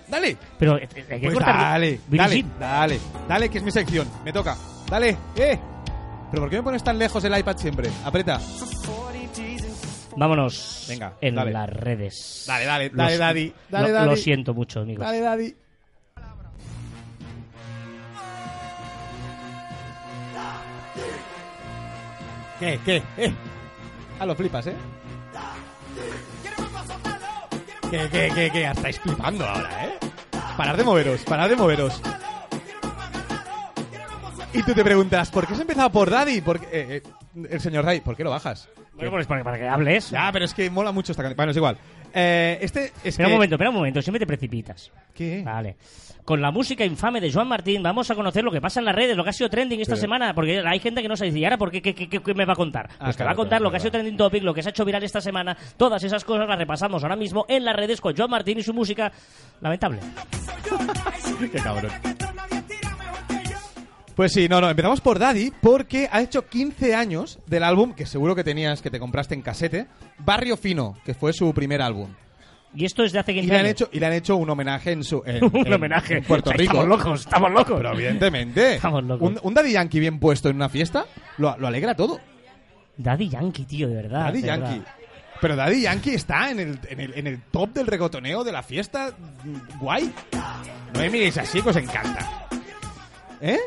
[SPEAKER 2] dale.
[SPEAKER 1] Pero eh, eh, hay que
[SPEAKER 2] Pues
[SPEAKER 1] cortarlo.
[SPEAKER 2] dale,
[SPEAKER 1] Billie
[SPEAKER 2] dale,
[SPEAKER 1] Jean.
[SPEAKER 2] dale, dale, que es mi sección. Me toca. Dale, eh. ¿Pero por qué me pones tan lejos el iPad siempre? Aprieta.
[SPEAKER 1] Vámonos
[SPEAKER 2] Venga,
[SPEAKER 1] en
[SPEAKER 2] dale.
[SPEAKER 1] las redes.
[SPEAKER 2] Dale, dale, dale,
[SPEAKER 1] Los-
[SPEAKER 2] daddy. Dale,
[SPEAKER 1] lo,
[SPEAKER 2] daddy.
[SPEAKER 1] lo siento mucho, amigos.
[SPEAKER 2] Dale, daddy. ¿Qué? ¿Qué? ¿Eh? Ah, lo flipas, ¿eh? ¿Qué, qué, qué, qué? Estáis flipando ahora, ¿eh? Parad de moveros, parad de moveros. Y tú te preguntas, ¿por qué has empezado por Daddy? ¿Por qué- eh, eh, el señor Daddy, ¿por qué lo bajas?
[SPEAKER 1] Bueno, pues para, para que hables.
[SPEAKER 2] Ya, pero es que mola mucho esta canción. Bueno, es igual. Eh, este es
[SPEAKER 1] Espera
[SPEAKER 2] que...
[SPEAKER 1] un momento, espera un momento, siempre te precipitas.
[SPEAKER 2] ¿Qué?
[SPEAKER 1] Vale. Con la música infame de Joan Martín vamos a conocer lo que pasa en las redes, lo que ha sido trending esta
[SPEAKER 2] Pero-
[SPEAKER 1] semana, porque hay gente que no sabe decir, ¿y ahora por qué, qué, qué- qué- qué me va a contar? Pues
[SPEAKER 2] Ah,
[SPEAKER 1] te va
[SPEAKER 2] claro,
[SPEAKER 1] a contar
[SPEAKER 2] claro,
[SPEAKER 1] lo que ha sido
[SPEAKER 2] claro.
[SPEAKER 1] trending topic, lo que se ha hecho viral esta semana, todas esas cosas las repasamos ahora mismo en las redes con Joan Martín y su música lamentable.
[SPEAKER 2] Qué cabrón. Pues sí, no, no, empezamos por Daddy porque ha hecho 15 años del álbum que seguro que tenías, que te compraste en casete, Barrio Fino, que fue su primer álbum.
[SPEAKER 1] Y esto es de hace
[SPEAKER 2] Y
[SPEAKER 1] 15
[SPEAKER 2] le han
[SPEAKER 1] años.
[SPEAKER 2] hecho, y le han hecho un homenaje en su. en-
[SPEAKER 1] Un
[SPEAKER 2] en-
[SPEAKER 1] homenaje.
[SPEAKER 2] En Puerto
[SPEAKER 1] O sea,
[SPEAKER 2] Rico.
[SPEAKER 1] Estamos locos, estamos locos.
[SPEAKER 2] Pero evidentemente.
[SPEAKER 1] Estamos locos.
[SPEAKER 2] Un, un Daddy Yankee bien puesto en una fiesta lo, lo alegra todo.
[SPEAKER 1] Daddy Yankee, tío, de verdad.
[SPEAKER 2] Daddy
[SPEAKER 1] Ah, de
[SPEAKER 2] Yankee.
[SPEAKER 1] verdad.
[SPEAKER 2] Pero Daddy Yankee está en el, en, el, en el top del regotoneo de la fiesta. mm, Guay. No me miréis así, que os encanta. ¿Eh?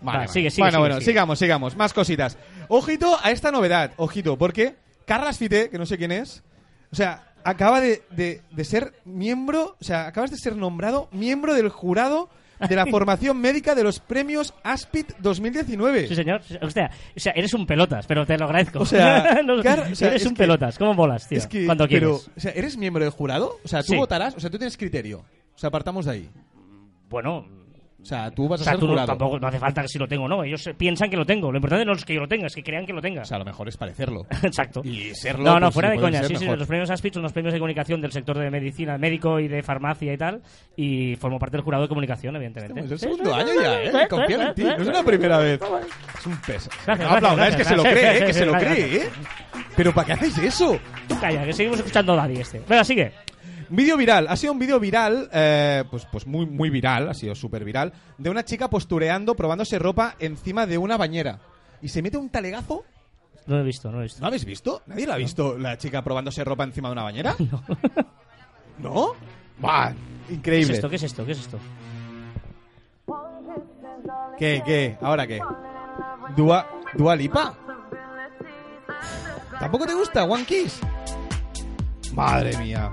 [SPEAKER 1] Vale, sigue, sigue,
[SPEAKER 2] bueno,
[SPEAKER 1] sigue,
[SPEAKER 2] bueno,
[SPEAKER 1] sigue.
[SPEAKER 2] sigamos, sigamos. Más cositas. Ojito a esta novedad. Ojito, porque Carlas Fite, que no sé quién es, o sea, acaba de, de- de ser miembro, o sea, acabas de ser nombrado miembro del jurado de la formación médica de los premios ASPIT 2019.
[SPEAKER 1] Sí, señor. O sea, o sea, eres un pelotas, pero te lo agradezco.
[SPEAKER 2] O sea,
[SPEAKER 1] No,
[SPEAKER 2] Car- o sea,
[SPEAKER 1] eres
[SPEAKER 2] es
[SPEAKER 1] un
[SPEAKER 2] que-
[SPEAKER 1] pelotas. ¿Cómo molas, tío?
[SPEAKER 2] Es que,
[SPEAKER 1] Cuando
[SPEAKER 2] pero,
[SPEAKER 1] quieres.
[SPEAKER 2] o sea, ¿eres miembro del jurado? O sea, tú
[SPEAKER 1] Sí.
[SPEAKER 2] votarás, o sea, tú tienes criterio. O sea, partamos de ahí.
[SPEAKER 1] Bueno,
[SPEAKER 2] O sea, tú vas
[SPEAKER 1] O
[SPEAKER 2] a
[SPEAKER 1] sea,
[SPEAKER 2] ser
[SPEAKER 1] tú no-
[SPEAKER 2] jurado.
[SPEAKER 1] tampoco no hace falta que si lo tengo o no. Ellos eh, piensan que lo tengo. Lo importante no es que yo lo tenga, es que crean que lo tenga.
[SPEAKER 2] O sea, a lo mejor es parecerlo.
[SPEAKER 1] Exacto.
[SPEAKER 2] Y serlo.
[SPEAKER 1] No, no,
[SPEAKER 2] pues,
[SPEAKER 1] fuera
[SPEAKER 2] sí,
[SPEAKER 1] de
[SPEAKER 2] puede
[SPEAKER 1] coña.
[SPEAKER 2] ser
[SPEAKER 1] Sí, sí,
[SPEAKER 2] mejor.
[SPEAKER 1] los premios ASPIT son los premios de comunicación del sector de medicina, médico y de farmacia y tal. Y formo parte del jurado de comunicación, evidentemente.
[SPEAKER 2] Este Es el
[SPEAKER 1] Sí,
[SPEAKER 2] segundo
[SPEAKER 1] sí,
[SPEAKER 2] año
[SPEAKER 1] sí,
[SPEAKER 2] ya,
[SPEAKER 1] sí,
[SPEAKER 2] ¿eh?
[SPEAKER 1] sí,
[SPEAKER 2] Confío
[SPEAKER 1] sí,
[SPEAKER 2] en ti.
[SPEAKER 1] sí,
[SPEAKER 2] No es
[SPEAKER 1] sí.
[SPEAKER 2] una primera vez. Es un peso.
[SPEAKER 1] Gracias,
[SPEAKER 2] No,
[SPEAKER 1] gracias,
[SPEAKER 2] aplaudáis, que se lo
[SPEAKER 1] gracias.
[SPEAKER 2] cree, ¿eh? Que se lo
[SPEAKER 1] Gracias,
[SPEAKER 2] cree, ¿eh? Pero ¿para qué hacéis eso?
[SPEAKER 1] Tú Calla, que seguimos escuchando a Daddy este. Venga, sigue.
[SPEAKER 2] Vídeo viral, ha sido un vídeo viral, eh, pues, pues muy, muy viral, ha sido súper viral, de una chica postureando, probándose ropa encima de una bañera. Y se mete un talegazo.
[SPEAKER 1] No lo he visto, no lo he visto.
[SPEAKER 2] ¿No habéis visto? ¿Nadie la ha visto la chica probándose ropa encima de una bañera?
[SPEAKER 1] No.
[SPEAKER 2] ¿No? ¡Bah!
[SPEAKER 1] ¿Qué es
[SPEAKER 2] Increíble.
[SPEAKER 1] esto? ¿Qué es esto? ¿Qué es esto?
[SPEAKER 2] ¿Qué, qué? ¿Ahora qué? ¿Dua, Dua Lipa? ¿Tampoco te gusta One Kiss? Madre mía.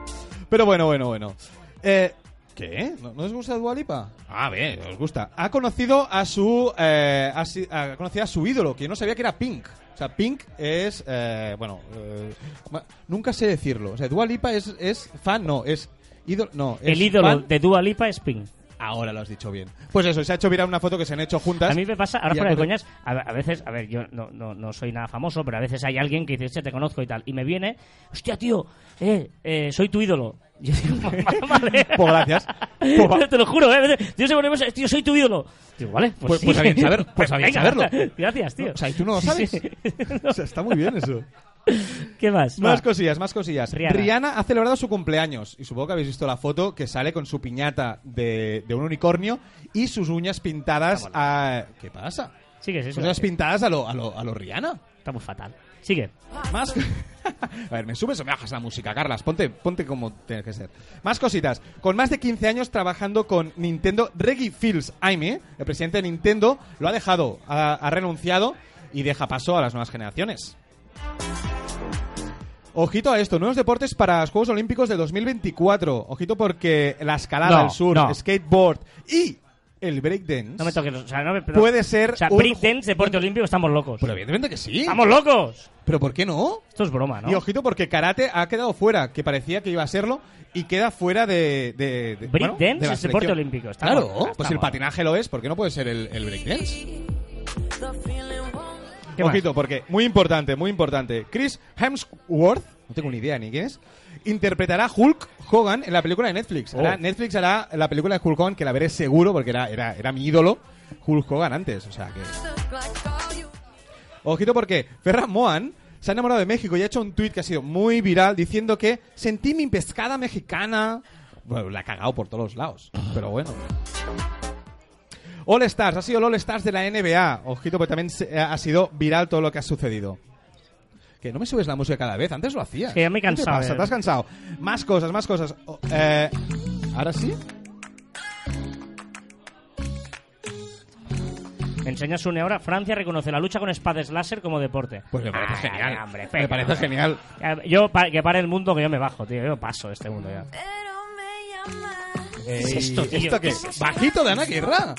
[SPEAKER 2] Pero bueno, bueno, bueno. Eh, ¿Qué? Ah, ¿No, no os gusta Dua Lipa? A ver, os gusta. Ha conocido a su eh, ha, si- ha conocido a su ídolo, que yo no sabía que era Pink. O sea, Pink es eh, bueno, eh, ma- nunca sé decirlo. O sea, Dua Lipa es es fan, no, es Ídolo- no, es
[SPEAKER 1] El ídolo
[SPEAKER 2] fan-
[SPEAKER 1] de Dua Lipa es Pink.
[SPEAKER 2] Ahora lo has dicho bien. Pues eso, se ha hecho viral una foto que se han hecho juntas.
[SPEAKER 1] A mí me pasa, ahora
[SPEAKER 2] Y
[SPEAKER 1] fuera de
[SPEAKER 2] acorde-
[SPEAKER 1] coñas, a, a veces, a ver, yo no, no, no soy nada famoso, pero a veces hay alguien que dice, "Hostia, te conozco y tal, y me viene, hostia, tío, eh, eh, soy tu ídolo. Yo digo, vale.
[SPEAKER 2] Pues gracias. Pues va-
[SPEAKER 1] te lo juro, ¿eh? A veces, Tío, se ponemos, tío, soy tu ídolo. Digo, vale, pues,
[SPEAKER 2] Pues-
[SPEAKER 1] sí.
[SPEAKER 2] pues a bien saber- pues a bien
[SPEAKER 1] Venga,
[SPEAKER 2] saberlo.
[SPEAKER 1] Gracias, tío.
[SPEAKER 2] O sea, y tú no lo sabes. O sea, está muy bien eso.
[SPEAKER 1] ¿Qué más?
[SPEAKER 2] Más
[SPEAKER 1] Va.
[SPEAKER 2] cosillas, más cosillas.
[SPEAKER 1] Rihanna.
[SPEAKER 2] Rihanna. ha celebrado su cumpleaños y supongo que habéis visto la foto que sale con su piñata de, de un unicornio y sus uñas pintadas a... ¿Qué pasa?
[SPEAKER 1] Sigue, sí,
[SPEAKER 2] Sus
[SPEAKER 1] sí,
[SPEAKER 2] uñas
[SPEAKER 1] sí.
[SPEAKER 2] pintadas a lo, a lo, a lo Rihanna.
[SPEAKER 1] Estamos fatal. Sigue.
[SPEAKER 2] Más... A ver, ¿me subes o me bajas la música, Carlas? Ponte, ponte como tiene que ser. Más cositas. Con más de 15 años trabajando con Nintendo, Reggie Fields Aime, el presidente de Nintendo, lo ha dejado, ha, ha renunciado y deja paso a las nuevas generaciones. Ojito a esto, nuevos deportes para los Juegos Olímpicos de 2024. Ojito porque la escalada,
[SPEAKER 1] No,
[SPEAKER 2] el surf,
[SPEAKER 1] no.
[SPEAKER 2] skateboard y el breakdance.
[SPEAKER 1] No me toques. O sea, no me- no.
[SPEAKER 2] Puede ser
[SPEAKER 1] O sea,
[SPEAKER 2] un-
[SPEAKER 1] breakdance, deporte olímpico, estamos locos.
[SPEAKER 2] Pero evidentemente que sí.
[SPEAKER 1] ¡Estamos locos!
[SPEAKER 2] Pero ¿por qué no?
[SPEAKER 1] Esto es broma, ¿no?
[SPEAKER 2] Y ojito porque karate ha quedado fuera, que parecía que iba a serlo, y queda fuera de... de, de-
[SPEAKER 1] Breakdance
[SPEAKER 2] bueno, de la
[SPEAKER 1] es deporte
[SPEAKER 2] selección.
[SPEAKER 1] olímpico, está
[SPEAKER 2] Claro,
[SPEAKER 1] bueno, está
[SPEAKER 2] pues el
[SPEAKER 1] bueno.
[SPEAKER 2] patinaje lo es, porque no puede ser el, el breakdance.
[SPEAKER 1] ¿Qué más?
[SPEAKER 2] Ojito, porque, muy importante, muy importante, Chris Hemsworth, no tengo ni idea ni quién es, interpretará Hulk Hogan en la película de Netflix.
[SPEAKER 1] Oh.
[SPEAKER 2] Hará- Netflix hará la película de Hulk Hogan, que la veré seguro, porque era, era, era mi ídolo, Hulk Hogan antes, o sea que... Ojito porque Ferran Moan se ha enamorado de México y ha hecho un tuit que ha sido muy viral diciendo que sentí mi pescada mexicana. Bueno, la ha cagado por todos los lados, pero bueno. All Stars, ha sido el All Stars de la NBA. Ojito porque también se- eh, ha sido viral todo lo que ha sucedido. Que no me subes la música cada vez, antes lo hacías.
[SPEAKER 1] Es que ya me he
[SPEAKER 2] ¿Qué te
[SPEAKER 1] cansado,
[SPEAKER 2] pasa?
[SPEAKER 1] eh.
[SPEAKER 2] ¿Te has cansado? Más cosas, más cosas. O- eh, ¿Ahora sí?
[SPEAKER 1] Me enseñas una ahora. Francia reconoce la lucha con espadas láser como deporte.
[SPEAKER 2] Pues me parece
[SPEAKER 1] Ah,
[SPEAKER 2] genial.
[SPEAKER 1] hombre,
[SPEAKER 2] me
[SPEAKER 1] venga,
[SPEAKER 2] parece
[SPEAKER 1] hombre.
[SPEAKER 2] genial.
[SPEAKER 1] Ya, Yo, pa- que pare el mundo, que yo me bajo, tío. Yo paso de este mundo ya. ¿Qué es
[SPEAKER 2] Ey,
[SPEAKER 1] esto, tío?
[SPEAKER 2] Eh, ¿Esto
[SPEAKER 1] ¿Qué
[SPEAKER 2] qué?
[SPEAKER 1] es esto?
[SPEAKER 2] Bajito de Ana Guerra.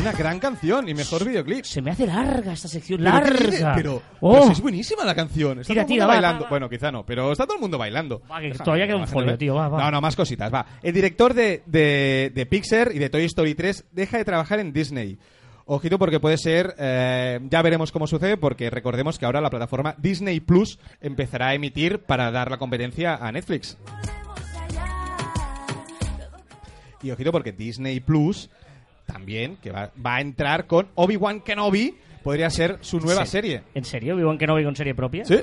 [SPEAKER 2] Una gran canción y mejor videoclip.
[SPEAKER 1] Se me hace larga esta sección.
[SPEAKER 2] Pero
[SPEAKER 1] ¡Larga!
[SPEAKER 2] ¿qué dices? Pero,
[SPEAKER 1] ¡Oh!
[SPEAKER 2] pero si es buenísima la canción. Está
[SPEAKER 1] Tira,
[SPEAKER 2] todo el mundo
[SPEAKER 1] tira, va,
[SPEAKER 2] bailando.
[SPEAKER 1] va, va.
[SPEAKER 2] Bueno, quizá no, pero está todo el mundo bailando.
[SPEAKER 1] Va, que
[SPEAKER 2] Déjame,
[SPEAKER 1] todavía queda un
[SPEAKER 2] déjame
[SPEAKER 1] folio,
[SPEAKER 2] ver.
[SPEAKER 1] tío, va, va.
[SPEAKER 2] No, no, más cositas, va. El director de, de, de Pixar y de Toy Story 3 deja de trabajar en Disney. Ojito porque puede ser, eh, ya veremos cómo sucede, porque recordemos que ahora la plataforma Disney Plus empezará a emitir para dar la competencia a Netflix. Y ojito porque Disney Plus también, que va, va a entrar con Obi-Wan Kenobi, podría ser su nueva
[SPEAKER 1] Sí.
[SPEAKER 2] serie.
[SPEAKER 1] ¿En serio? ¿Vivo en que no vivo con serie propia?
[SPEAKER 2] Sí.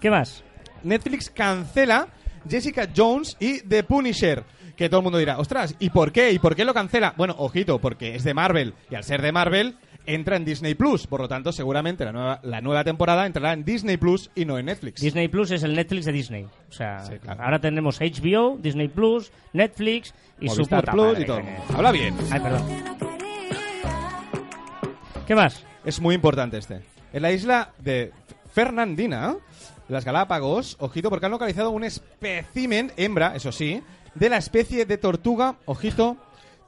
[SPEAKER 1] ¿Qué más?
[SPEAKER 2] Netflix cancela Jessica Jones y The Punisher. Que todo el mundo dirá, ostras, ¿y por qué? ¿Y por qué lo cancela? Bueno, ojito, porque es de Marvel. Y al ser de Marvel, entra en Disney Plus. Por lo tanto, seguramente la nueva, la nueva temporada entrará en Disney Plus y no en Netflix.
[SPEAKER 1] Disney Plus es el Netflix de Disney. O sea,
[SPEAKER 2] Sí, claro.
[SPEAKER 1] ahora tenemos HBO, Disney Plus, Netflix y
[SPEAKER 2] Movistar
[SPEAKER 1] su puta
[SPEAKER 2] Plus
[SPEAKER 1] madre.
[SPEAKER 2] y todo. Habla bien.
[SPEAKER 1] Ay, perdón. ¿Qué más?
[SPEAKER 2] Es muy importante este. En la isla de Fernandina, las Galápagos, ojito, porque han localizado un espécimen, hembra, eso sí, de la especie de tortuga, ojito,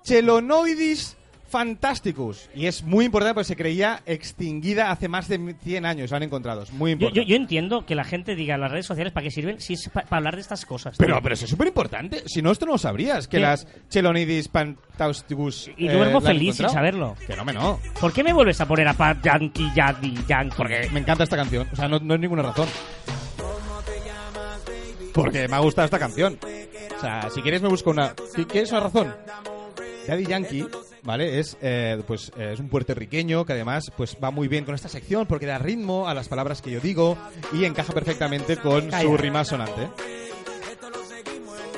[SPEAKER 2] Chelonoidis fantasticus. Y es muy importante porque se creía extinguida hace más de 100 años. La han encontrado. Es muy
[SPEAKER 1] Yo,
[SPEAKER 2] importante.
[SPEAKER 1] yo, yo entiendo que la gente diga las redes sociales para qué sirven si es pa- para hablar de estas cosas. tío.
[SPEAKER 2] Pero, pero eso es súper importante. Si no, esto no lo sabrías, que
[SPEAKER 1] ¿Qué?
[SPEAKER 2] las Chelonoidis fantasticus...
[SPEAKER 1] Y
[SPEAKER 2] eh,
[SPEAKER 1] duermo
[SPEAKER 2] la han
[SPEAKER 1] feliz sin
[SPEAKER 2] encontrado.
[SPEAKER 1] saberlo.
[SPEAKER 2] Que no me no.
[SPEAKER 1] ¿Por qué me vuelves a poner a Pat Yankee, Yadi, Yankee?
[SPEAKER 2] Porque Eh, me encanta esta canción. O sea, no, no es ninguna razón. Porque me ha gustado esta canción. O sea, si quieres me busco una... ¿Qui- ¿Quieres una razón? Daddy Yankee, ¿vale? Es, eh, pues, eh, es un puertorriqueño que además pues, va muy bien con esta sección porque da ritmo a las palabras que yo digo y encaja perfectamente con
[SPEAKER 1] Calla.
[SPEAKER 2] su rima sonante.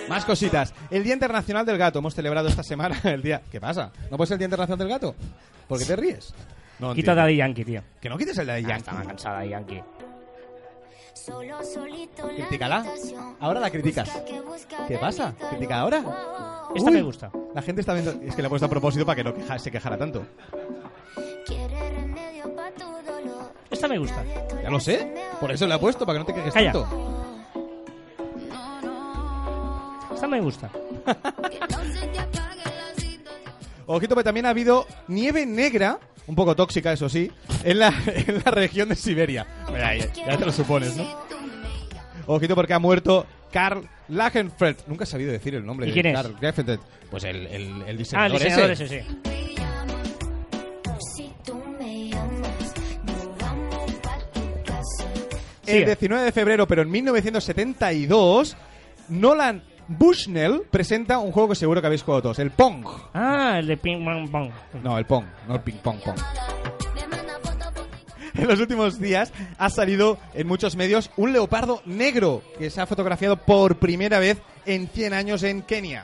[SPEAKER 2] Más cositas. El Día Internacional del Gato. Hemos celebrado esta semana el día... ¿Qué pasa? ¿No puede ser el Día Internacional del Gato? ¿Por qué te ríes? No
[SPEAKER 1] Quita
[SPEAKER 2] entiendo.
[SPEAKER 1] a Daddy Ah, Yankee, tío.
[SPEAKER 2] Que no quites el Daddy
[SPEAKER 1] Ya
[SPEAKER 2] Yankee.
[SPEAKER 1] estaba cansada de Yankee.
[SPEAKER 2] Critícala. Ahora la criticas. ¿Qué pasa? ¿Critica ahora?
[SPEAKER 1] Esta
[SPEAKER 2] Uy.
[SPEAKER 1] me gusta.
[SPEAKER 2] La gente está viendo. Es que la he puesto a propósito para que no queja- se quejara tanto.
[SPEAKER 1] Esta me gusta.
[SPEAKER 2] Ya lo sé. Por eso la he puesto, para que no te quejes
[SPEAKER 1] Calla.
[SPEAKER 2] tanto.
[SPEAKER 1] Esta me gusta.
[SPEAKER 2] Ojito, pero también ha habido nieve negra, un poco tóxica, eso sí, en la, en la región de Siberia. Mira, ya, ya te lo supones, ¿no? Ojito, porque ha muerto Karl Lagenfeld. Nunca he sabido decir el nombre
[SPEAKER 1] ¿Y
[SPEAKER 2] de
[SPEAKER 1] quién es?
[SPEAKER 2] Karl Lagerfeld. Pues el, el, el
[SPEAKER 1] Ah,
[SPEAKER 2] diseñador,
[SPEAKER 1] el diseñador,
[SPEAKER 2] ese.
[SPEAKER 1] eso sí.
[SPEAKER 2] El
[SPEAKER 1] Sigue.
[SPEAKER 2] 19 de febrero, pero en 1972, Nolan Bushnell presenta un juego que seguro que habéis jugado todos, el Pong.
[SPEAKER 1] Ah, el de ping pong pong.
[SPEAKER 2] No, el Pong, no el Ping Pong Pong. En los últimos días ha salido en muchos medios un leopardo negro que se ha fotografiado por primera vez en 100 años en Kenia.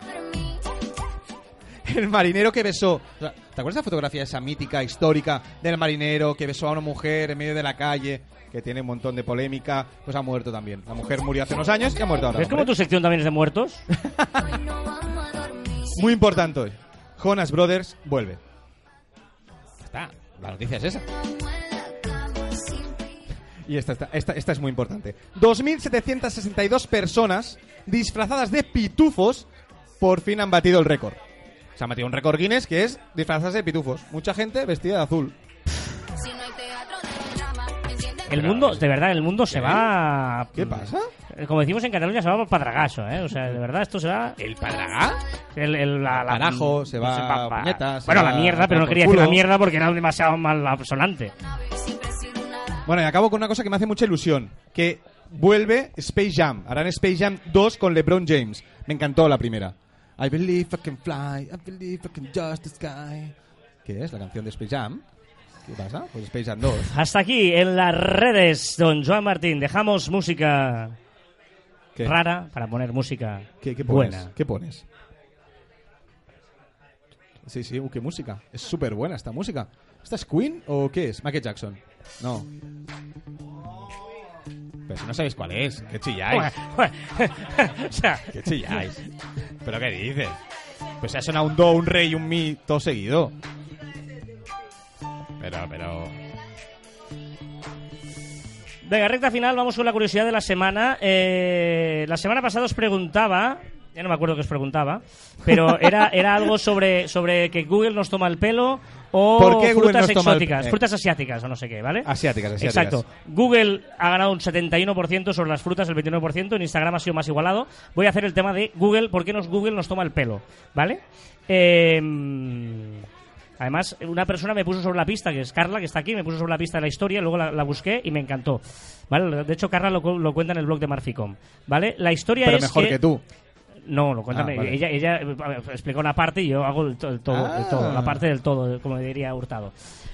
[SPEAKER 2] El marinero que besó. o sea, ¿Te acuerdas de la fotografía esa mítica, histórica, del marinero que besó a una mujer en medio de la calle, que tiene un montón de polémica? Pues ha muerto también. La mujer murió hace unos años y ha muerto ahora.
[SPEAKER 1] ¿Ves como
[SPEAKER 2] hombre.
[SPEAKER 1] tu sección también es de muertos?
[SPEAKER 2] Muy importante hoy. Jonas Brothers vuelve. Ya Está, la noticia es esa. Y esta, esta, esta, esta es muy importante. 2.762 personas disfrazadas de pitufos por fin han batido el récord. Se ha batido un récord Guinness que es disfrazarse de pitufos. Mucha gente vestida de azul.
[SPEAKER 1] El mundo, de verdad, el mundo se va.
[SPEAKER 2] ¿Eh? ¿Qué pasa?
[SPEAKER 1] Eh, Como decimos en Cataluña, se va por padragaso, ¿eh? O sea, de verdad, esto se va.
[SPEAKER 2] ¿El padragá?
[SPEAKER 1] El, el- la, la-
[SPEAKER 2] Carajo, se va
[SPEAKER 1] se
[SPEAKER 2] a puñetas, se
[SPEAKER 1] bueno,
[SPEAKER 2] va
[SPEAKER 1] la mierda, pero
[SPEAKER 2] a
[SPEAKER 1] no quería
[SPEAKER 2] por
[SPEAKER 1] decir la
[SPEAKER 2] culo.
[SPEAKER 1] mierda porque era demasiado mal sonante.
[SPEAKER 2] Bueno, y acabo con una cosa que me hace mucha ilusión, que vuelve Space Jam. Harán Space Jam 2 con LeBron James. Me encantó la primera. I believe I can fly, I believe I can just the sky. ¿Qué es la canción de Space Jam? ¿Qué pasa? Pues Space Jam 2.
[SPEAKER 1] Hasta aquí en las redes, don Joan Martín. Dejamos música
[SPEAKER 2] ¿Qué,
[SPEAKER 1] rara para poner música
[SPEAKER 2] qué- qué pones?
[SPEAKER 1] buena.
[SPEAKER 2] ¿Qué pones? Sí, sí, uh, qué música. Es súper buena esta música. ¿Esta es Queen o qué es? Michael Jackson. No. Pero si no sabéis cuál es, qué chilláis.
[SPEAKER 1] o sea,
[SPEAKER 2] ¿Qué chilláis? ¿Pero qué dices? Pues ha sonado un do, un re y un mi todo seguido. Pero, pero...
[SPEAKER 1] venga, recta final, vamos con la curiosidad de la semana. Eh, la semana pasada os preguntaba, ya no me acuerdo que os preguntaba, pero era, era algo sobre, sobre que Google nos toma el pelo o
[SPEAKER 2] ¿Por qué Google
[SPEAKER 1] frutas
[SPEAKER 2] nos toma el-
[SPEAKER 1] exóticas,
[SPEAKER 2] eh.
[SPEAKER 1] frutas asiáticas o no sé qué, ¿vale?
[SPEAKER 2] Asiáticas, asiáticas.
[SPEAKER 1] Exacto. Google ha ganado un 71% sobre las frutas, el 29%. En Instagram ha sido más igualado. Voy a hacer el tema de Google, ¿por qué nos Google nos toma el pelo? ¿Vale? Eh, además, una persona me puso sobre la pista, que es Carla, que está aquí, me puso sobre la pista de la historia, luego la, la busqué y me encantó. ¿Vale? De hecho, Carla lo, cu- lo cuenta en el blog de Marficom. ¿Vale? La historia
[SPEAKER 2] Pero
[SPEAKER 1] es
[SPEAKER 2] mejor que tú.
[SPEAKER 1] no, lo cuéntame.
[SPEAKER 2] Ah, vale.
[SPEAKER 1] Ella, ella eh, explica una parte y yo hago el, to- el todo, el
[SPEAKER 2] Ah.
[SPEAKER 1] todo, la parte del todo, como diría Hurtado.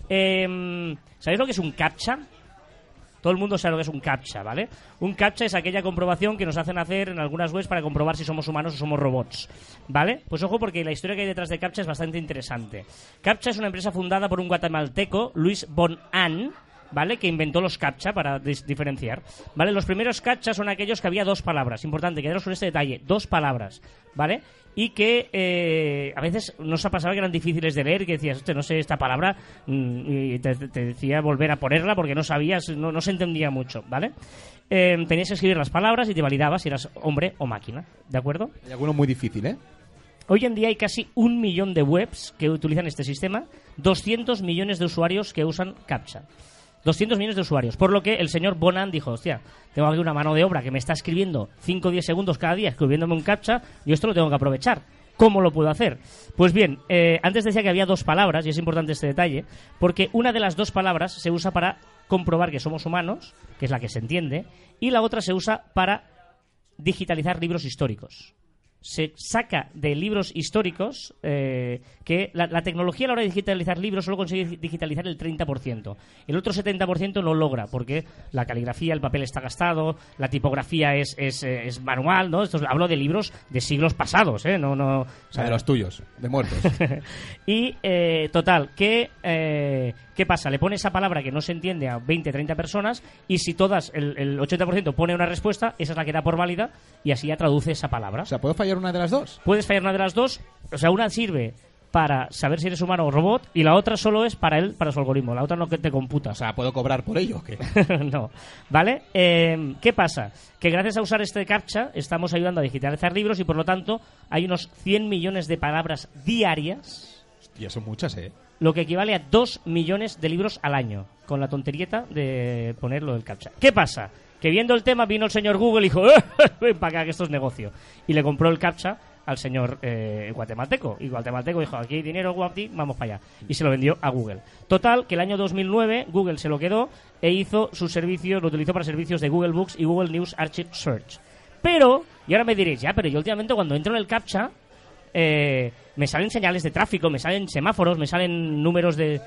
[SPEAKER 1] Eh, ¿Sabéis lo que es un captcha? Todo el mundo sabe lo que es un captcha, ¿vale? Un captcha es aquella comprobación que nos hacen hacer en algunas webs para comprobar si somos humanos o somos robots, ¿vale? Pues ojo porque la historia que hay detrás de captcha es bastante interesante. Captcha es una empresa fundada por un guatemalteco, Luis Bon An, ¿vale? Que inventó los captcha para dis- diferenciar, ¿vale? Los primeros captcha son aquellos que había dos palabras, importante, quedaros con este detalle, dos palabras, ¿vale? Y que eh, a veces nos ha pasado que eran difíciles de leer, que decías, "Hostia, no sé esta palabra, mm, y te, te decía volver a ponerla porque no sabías, no, no se entendía mucho, ¿vale? Eh, tenías que escribir las palabras y te validabas si eras hombre o máquina, ¿de acuerdo?
[SPEAKER 2] Hay alguno muy difícil, ¿eh?
[SPEAKER 1] Hoy en día hay casi un millón de webs que utilizan este sistema, 200 millones de usuarios que usan CAPTCHA. 200 millones de usuarios. Por lo que el señor Bonan dijo, hostia, tengo aquí una mano de obra que me está escribiendo 5 o 10 segundos cada día escribiéndome un CAPTCHA, yo esto lo tengo que aprovechar. ¿Cómo lo puedo hacer? Pues bien, eh, antes decía que había dos palabras, y es importante este detalle, porque una de las dos palabras se usa para comprobar que somos humanos, que es la que se entiende, y la otra se usa para digitalizar libros históricos. Se saca de libros históricos eh, que la, la tecnología a la hora de digitalizar libros solo consigue digitalizar el 30%. El otro 70% no logra porque la caligrafía, el papel está gastado, la tipografía es, es, eh, es manual. ¿no? Esto es- hablo de libros de siglos pasados. ¿eh? No, no, o
[SPEAKER 2] O sea, de
[SPEAKER 1] sea,
[SPEAKER 2] los tuyos, de muertos.
[SPEAKER 1] y eh, total, ¿qué, eh, ¿qué pasa? Le pone esa palabra que no se entiende a 20, 30 personas y si todas, el, el 80% pone una respuesta, esa es la que da por válida y así ya traduce esa palabra.
[SPEAKER 2] O sea, ¿puedo fallar una de las dos?
[SPEAKER 1] Puedes fallar una de las dos, o sea, una sirve para saber si eres humano o robot y la otra solo es para él, para su algoritmo, la otra no que te computa.
[SPEAKER 2] O sea, ¿puedo cobrar por ello o qué?
[SPEAKER 1] no, ¿vale? Eh, ¿Qué pasa? Que gracias a usar este captcha estamos ayudando a digitalizar libros y por lo tanto hay unos 100 millones de palabras diarias
[SPEAKER 2] Hostia, son muchas, ¿eh?
[SPEAKER 1] lo que equivale a 2 millones de libros al año, con la tonterieta de ponerlo del captcha. ¿Qué pasa? Que viendo el tema vino el señor Google y dijo, "Eh, ven para acá que esto es negocio. Y le compró el captcha al señor eh, guatemalteco. Y guatemalteco dijo, aquí hay dinero, guapti, vamos para allá. Y se lo vendió a Google. Total, que el año 2009 Google se lo quedó e hizo sus servicios, lo utilizó para servicios de Google Books y Google News Archive Search. Pero, y ahora me diréis, ya, pero yo últimamente cuando entro en el captcha, eh, me salen señales de tráfico, me salen semáforos, me salen números de...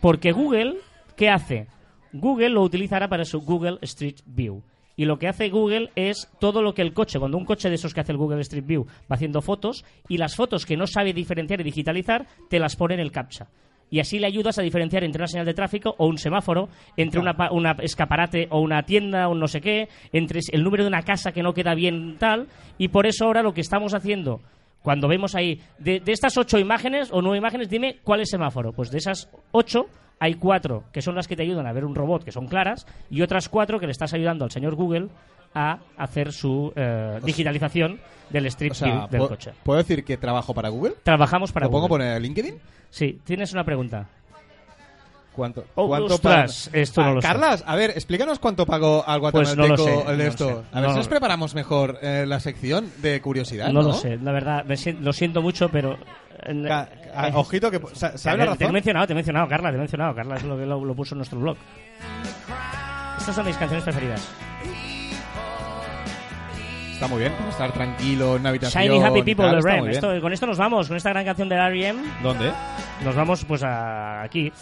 [SPEAKER 1] Porque Google, ¿qué hace? Google lo utilizará para su Google Street View. Y lo que hace Google es todo lo que el coche, cuando un coche de esos que hace el Google Street View va haciendo fotos, y las fotos que no sabe diferenciar y digitalizar, te las pone en el captcha. Y así le ayudas a diferenciar entre una señal de tráfico o un semáforo, entre una, pa- una escaparate o una tienda o un no sé qué, entre el número de una casa que no queda bien tal. Y por eso ahora lo que estamos haciendo cuando vemos ahí, de, de estas ocho imágenes o nueve imágenes, dime cuál es semáforo. Pues de esas ocho hay cuatro que son las que te ayudan a ver un robot, que son claras, y otras cuatro que le estás ayudando al señor Google a hacer su eh, digitalización del strip
[SPEAKER 2] Pues O sea,
[SPEAKER 1] view del
[SPEAKER 2] ¿puedo-
[SPEAKER 1] coche.
[SPEAKER 2] ¿puedo decir que trabajo para Google?
[SPEAKER 1] Trabajamos para
[SPEAKER 2] ¿Lo pongo
[SPEAKER 1] Google.
[SPEAKER 2] poner en LinkedIn?
[SPEAKER 1] Sí, tienes una pregunta.
[SPEAKER 2] ¿Cuánto?
[SPEAKER 1] Oh,
[SPEAKER 2] ¿Cuánto
[SPEAKER 1] ostras,
[SPEAKER 2] pagan? Ah,
[SPEAKER 1] esto no lo sé.
[SPEAKER 2] Carlas, a ver, explícanos cuánto pagó al
[SPEAKER 1] Pues no
[SPEAKER 2] guatemalteco
[SPEAKER 1] lo sé,
[SPEAKER 2] el
[SPEAKER 1] no
[SPEAKER 2] de
[SPEAKER 1] lo
[SPEAKER 2] esto.
[SPEAKER 1] sé.
[SPEAKER 2] a ver
[SPEAKER 1] No
[SPEAKER 2] si
[SPEAKER 1] lo-
[SPEAKER 2] nos preparamos mejor eh, la sección de curiosidad.
[SPEAKER 1] No,
[SPEAKER 2] No,
[SPEAKER 1] lo sé, la verdad, me sien- lo siento mucho, pero... eh,
[SPEAKER 2] Ca- ca- ojito que... sa-
[SPEAKER 1] A
[SPEAKER 2] ¿Sabe la
[SPEAKER 1] ver, Te he
[SPEAKER 2] razón?
[SPEAKER 1] mencionado, te he mencionado, Carla, te he mencionado. Carla es lo que lo, lo puso en nuestro blog. Estas son mis canciones preferidas.
[SPEAKER 2] Está muy bien, para estar tranquilo en una habitación.
[SPEAKER 1] Shiny Happy People
[SPEAKER 2] de
[SPEAKER 1] de Rem. Esto- con esto nos vamos, con esta gran canción de R.E.M.
[SPEAKER 2] ¿Dónde?
[SPEAKER 1] Nos vamos pues a aquí.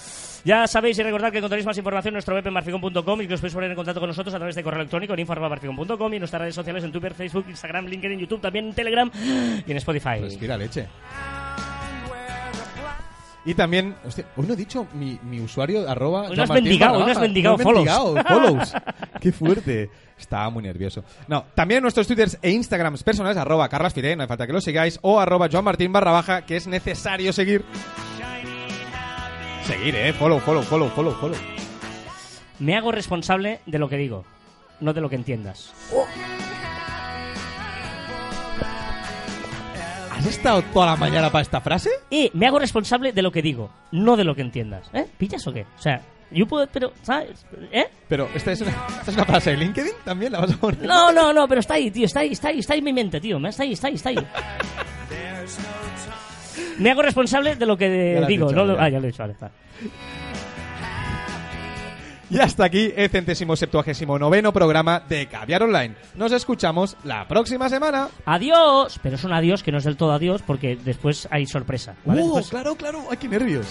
[SPEAKER 1] Ya sabéis y recordad que encontraréis más información en nuestro web en marficon.com y que os podéis poner en contacto con nosotros a través de correo electrónico en info.marficon.com y en nuestras redes sociales en Twitter, Facebook, Instagram, LinkedIn, YouTube, también en Telegram y en Spotify.
[SPEAKER 2] Respira leche. Y también, hostia, hoy no he dicho mi, mi usuario, arroba.
[SPEAKER 1] Hoy no
[SPEAKER 2] Jean
[SPEAKER 1] has
[SPEAKER 2] Martín
[SPEAKER 1] mendigado, hoy no
[SPEAKER 2] Barraza.
[SPEAKER 1] has mendigado
[SPEAKER 2] No he
[SPEAKER 1] follows.
[SPEAKER 2] follows. Qué fuerte. Estaba muy nervioso. No, también nuestros twitters e instagrams personales, arroba Carlas Firé, no hace falta que lo sigáis, o arroba Joan Martín barra baja, que es necesario seguir. Seguir, eh. Follow, follow, follow, follow, follow.
[SPEAKER 1] Me hago responsable de lo que digo, no de lo que entiendas.
[SPEAKER 2] ¿Has estado toda la mañana para esta frase?
[SPEAKER 1] Y me hago responsable de lo que digo, no de lo que entiendas. ¿Eh? ¿Pillas o qué? O sea, yo puedo, pero, ¿sabes? ¿Eh?
[SPEAKER 2] Pero, ¿esta es una, esta es una frase de LinkedIn? ¿También la vas a poner?
[SPEAKER 1] No, no, no, pero está ahí, tío, está ahí, está ahí, está ahí en mi mente, tío, está ahí, está ahí, está ahí. Me hago responsable de lo que
[SPEAKER 2] Ya lo has
[SPEAKER 1] digo.
[SPEAKER 2] dicho,
[SPEAKER 1] no lo-
[SPEAKER 2] ya.
[SPEAKER 1] ah, ya lo he dicho, vale, vale.
[SPEAKER 2] Y hasta aquí el centésimo septuagésimo noveno programa de Caviar Online. Nos escuchamos la próxima semana.
[SPEAKER 1] Adiós, pero es un adiós que no es del todo adiós porque después hay sorpresa. ¿vale? pues-
[SPEAKER 2] ¡Uh,
[SPEAKER 1] Después-
[SPEAKER 2] claro, claro! ¡Ay, qué nervios!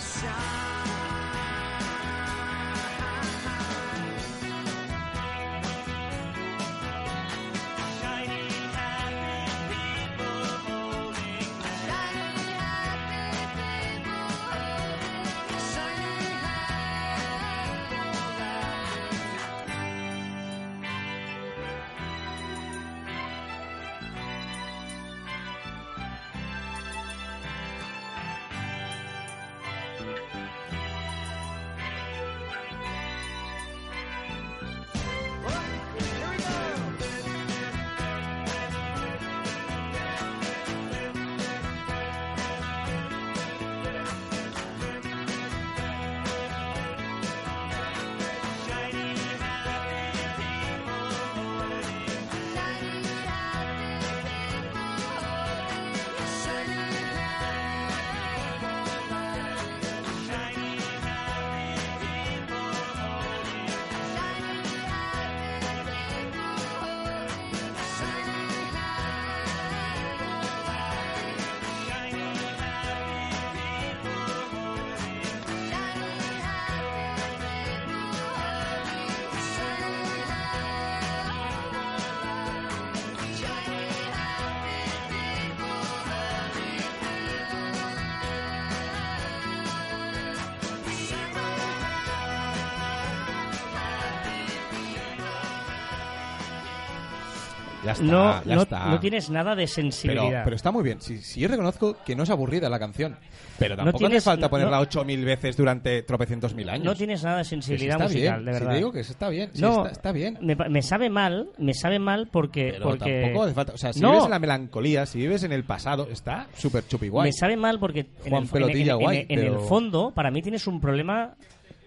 [SPEAKER 2] Ya está,
[SPEAKER 1] no,
[SPEAKER 2] ya
[SPEAKER 1] no,
[SPEAKER 2] está.
[SPEAKER 1] no tienes nada de
[SPEAKER 2] pero,
[SPEAKER 1] sensibilidad.
[SPEAKER 2] pero este está muy bien. Si, si yo reconozco que no es aburrida la canción, pero
[SPEAKER 1] No
[SPEAKER 2] tampoco
[SPEAKER 1] tienes-
[SPEAKER 2] hace falta
[SPEAKER 1] no-
[SPEAKER 2] ponerla 8.000 veces durante tropecientos mil años.
[SPEAKER 1] no tienes nada de
[SPEAKER 2] Que sí
[SPEAKER 1] sensibilidad
[SPEAKER 2] está
[SPEAKER 1] musical,
[SPEAKER 2] bien.
[SPEAKER 1] de
[SPEAKER 2] Si
[SPEAKER 1] verdad.
[SPEAKER 2] te digo que sí está bien. Sí,
[SPEAKER 1] no,
[SPEAKER 2] está, está bien.
[SPEAKER 1] Me, pa- me sabe mal, me sabe mal porque...
[SPEAKER 2] Pero
[SPEAKER 1] porque
[SPEAKER 2] tampoco hace falta. O sea, si
[SPEAKER 1] No,
[SPEAKER 2] vives en la melancolía, si vives en el pasado, está súper chupi guay.
[SPEAKER 1] me sabe mal porque en,
[SPEAKER 2] Juan
[SPEAKER 1] el, fo- en-
[SPEAKER 2] Pelotilla
[SPEAKER 1] en-
[SPEAKER 2] guay,
[SPEAKER 1] en- en
[SPEAKER 2] pero-
[SPEAKER 1] el fondo, para mí tienes un problema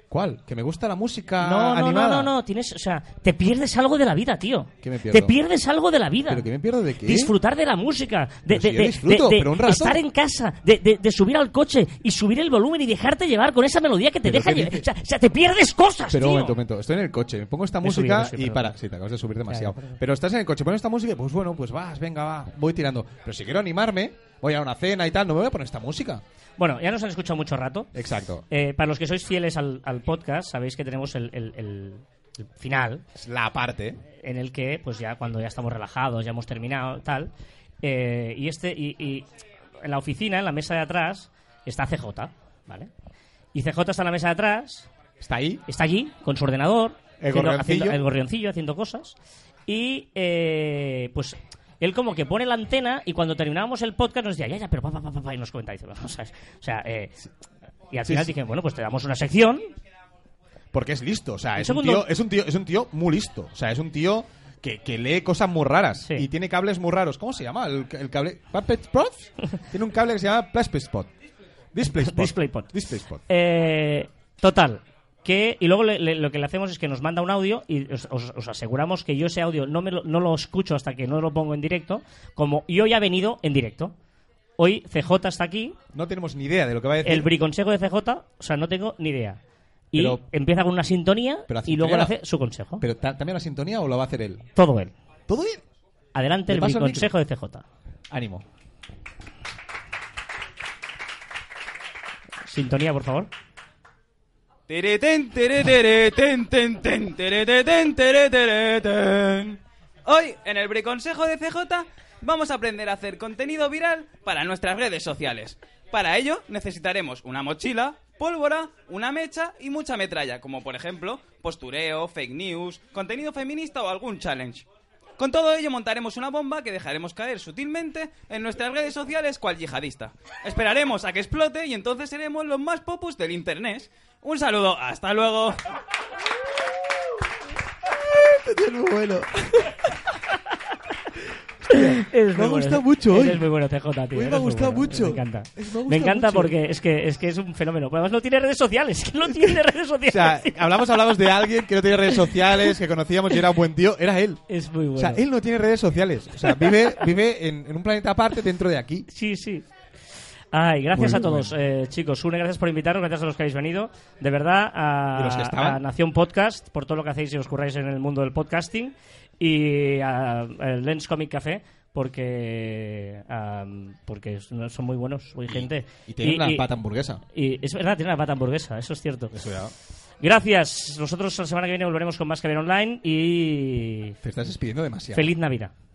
[SPEAKER 2] ¿Cuál? ¿Que me gusta la música
[SPEAKER 1] No, no, no,
[SPEAKER 2] animada?
[SPEAKER 1] no, no, tienes, o sea, te pierdes algo de la vida, tío.
[SPEAKER 2] ¿Qué me pierdo?
[SPEAKER 1] Te pierdes algo de la vida.
[SPEAKER 2] ¿Pero que me pierdo de qué?
[SPEAKER 1] Disfrutar de la música, de,
[SPEAKER 2] Pero si
[SPEAKER 1] de-
[SPEAKER 2] yo
[SPEAKER 1] de-
[SPEAKER 2] disfruto,
[SPEAKER 1] de- de
[SPEAKER 2] pero un rato.
[SPEAKER 1] estar en casa, de, de- de subir al coche y subir el volumen y dejarte llevar con esa melodía que te
[SPEAKER 2] ¿Pero
[SPEAKER 1] deja
[SPEAKER 2] qué
[SPEAKER 1] llevar.
[SPEAKER 2] dices?
[SPEAKER 1] O sea, o sea, te pierdes cosas,
[SPEAKER 2] Pero
[SPEAKER 1] tío.
[SPEAKER 2] un momento, un momento. Estoy en el coche, me pongo esta
[SPEAKER 1] Me he
[SPEAKER 2] música
[SPEAKER 1] subido, me he subido,
[SPEAKER 2] y
[SPEAKER 1] perdón.
[SPEAKER 2] para. Sí, te acabas de subir demasiado.
[SPEAKER 1] Ya, ya, perdón.
[SPEAKER 2] pero estás en el coche, pones esta música y pues bueno, pues vas, venga, va, voy tirando. Pero si quiero animarme, voy a una cena y tal, no me voy a poner esta música.
[SPEAKER 1] Bueno, ya nos han escuchado mucho rato.
[SPEAKER 2] Exacto.
[SPEAKER 1] Eh, para los que sois fieles al, al podcast, sabéis que tenemos el- el- el- el final,
[SPEAKER 2] Es la parte.
[SPEAKER 1] en el que pues ya cuando ya estamos relajados ya hemos terminado tal eh, y este y, y en la oficina en la mesa de atrás está CJ vale y CJ está en la mesa de atrás
[SPEAKER 2] Está ahí.
[SPEAKER 1] está allí con su ordenador
[SPEAKER 2] El
[SPEAKER 1] haciendo-
[SPEAKER 2] gorrioncillo.
[SPEAKER 1] haciendo- el gorrioncillo haciendo cosas y eh, pues él como que pone la antena y cuando terminábamos el podcast nos decía ya ya pero papá papá papá y nos comentaba y dice, "Bueno, ¿sabes? o sea eh, y al
[SPEAKER 2] Sí,
[SPEAKER 1] final
[SPEAKER 2] sí.
[SPEAKER 1] dije bueno pues te damos una sección
[SPEAKER 2] Porque es listo, o sea,
[SPEAKER 1] Un
[SPEAKER 2] es un,
[SPEAKER 1] segundo.
[SPEAKER 2] tío, es, un tío, es un tío muy listo. O sea, es un tío que, que lee cosas muy raras
[SPEAKER 1] Sí.
[SPEAKER 2] y tiene cables muy raros. ¿Cómo se llama? ¿El, el cable? ¿Puppet Spot? tiene un cable que se llama Plastic Spot. Display Spot.
[SPEAKER 1] DisplayPod.
[SPEAKER 2] Display Spot.
[SPEAKER 1] Eh, total. Que, y luego le- le- lo que le hacemos es que nos manda un audio y os, os- os aseguramos que yo ese audio no, me lo, no lo escucho hasta que no lo pongo en directo, como yo ya he venido en directo. Hoy CJ está aquí,
[SPEAKER 2] No tenemos ni idea de lo que va a decir.
[SPEAKER 1] el briconsejo de CJ, o sea, no tengo ni idea. Y
[SPEAKER 2] Pero-
[SPEAKER 1] empieza con una sintonía
[SPEAKER 2] Pero la
[SPEAKER 1] y luego le
[SPEAKER 2] sintonía
[SPEAKER 1] hace
[SPEAKER 2] la-
[SPEAKER 1] su consejo.
[SPEAKER 2] ¿Pero ta- también la sintonía o lo va a hacer él?
[SPEAKER 1] Todo él.
[SPEAKER 2] Todo bien.
[SPEAKER 1] Adelante
[SPEAKER 2] ¿Le
[SPEAKER 1] el
[SPEAKER 2] paso el
[SPEAKER 1] briconsejo de CJ.
[SPEAKER 2] Ánimo.
[SPEAKER 1] Sintonía, por favor.
[SPEAKER 4] Tereten, teretere, ten, ten, ten, tereteten, teretere, ten. Hoy, en el Briconsejo de CJ, vamos a aprender a hacer contenido viral para nuestras redes sociales. Para ello, necesitaremos una mochila, pólvora, una mecha y mucha metralla, como por ejemplo, postureo, fake news, contenido feminista o algún challenge. Con todo ello montaremos una bomba que dejaremos caer sutilmente en nuestras redes sociales cual yihadista. Esperaremos a que explote y entonces seremos los más popus del internet. Un saludo, hasta luego.
[SPEAKER 1] me ha gustado mucho hoy. Es muy bueno, CJ, tío. eres
[SPEAKER 2] me ha
[SPEAKER 1] muy
[SPEAKER 2] gustado
[SPEAKER 1] bueno,
[SPEAKER 2] mucho.
[SPEAKER 1] Me encanta.
[SPEAKER 2] Es- me ha gustado
[SPEAKER 1] Me encanta
[SPEAKER 2] mucho.
[SPEAKER 1] porque es que, es que es un fenómeno. Pero Además, no tiene redes sociales. que No tiene redes
[SPEAKER 2] O sea, eh,
[SPEAKER 1] sociales.
[SPEAKER 2] hablamos, hablamos de alguien que no tiene redes sociales, que conocíamos y era un buen tío. Era él.
[SPEAKER 1] es muy bueno.
[SPEAKER 2] O sea, él no tiene redes sociales. O sea, vive, vive en, en un planeta aparte dentro de aquí.
[SPEAKER 1] Sí, sí. Ay, gracias
[SPEAKER 2] Muy
[SPEAKER 1] a todos, eh, chicos. Une, gracias por invitarnos, gracias a los que habéis venido. De verdad,
[SPEAKER 2] Y los que
[SPEAKER 1] a,
[SPEAKER 2] estaban.
[SPEAKER 1] a Nación Podcast, por todo lo que hacéis y os curráis en el mundo del podcasting. Y a, a Lens Comic Café, porque, ah, porque son son muy buenos, muy gente.
[SPEAKER 2] Y tiene una
[SPEAKER 1] y-
[SPEAKER 2] pata hamburguesa.
[SPEAKER 1] y es verdad, tiene una pata hamburguesa, eso es cierto.
[SPEAKER 2] Eso ya.
[SPEAKER 1] Gracias. Nosotros la semana que viene volveremos con más que ver online y
[SPEAKER 2] Te estás despidiendo demasiado.
[SPEAKER 1] feliz Navidad.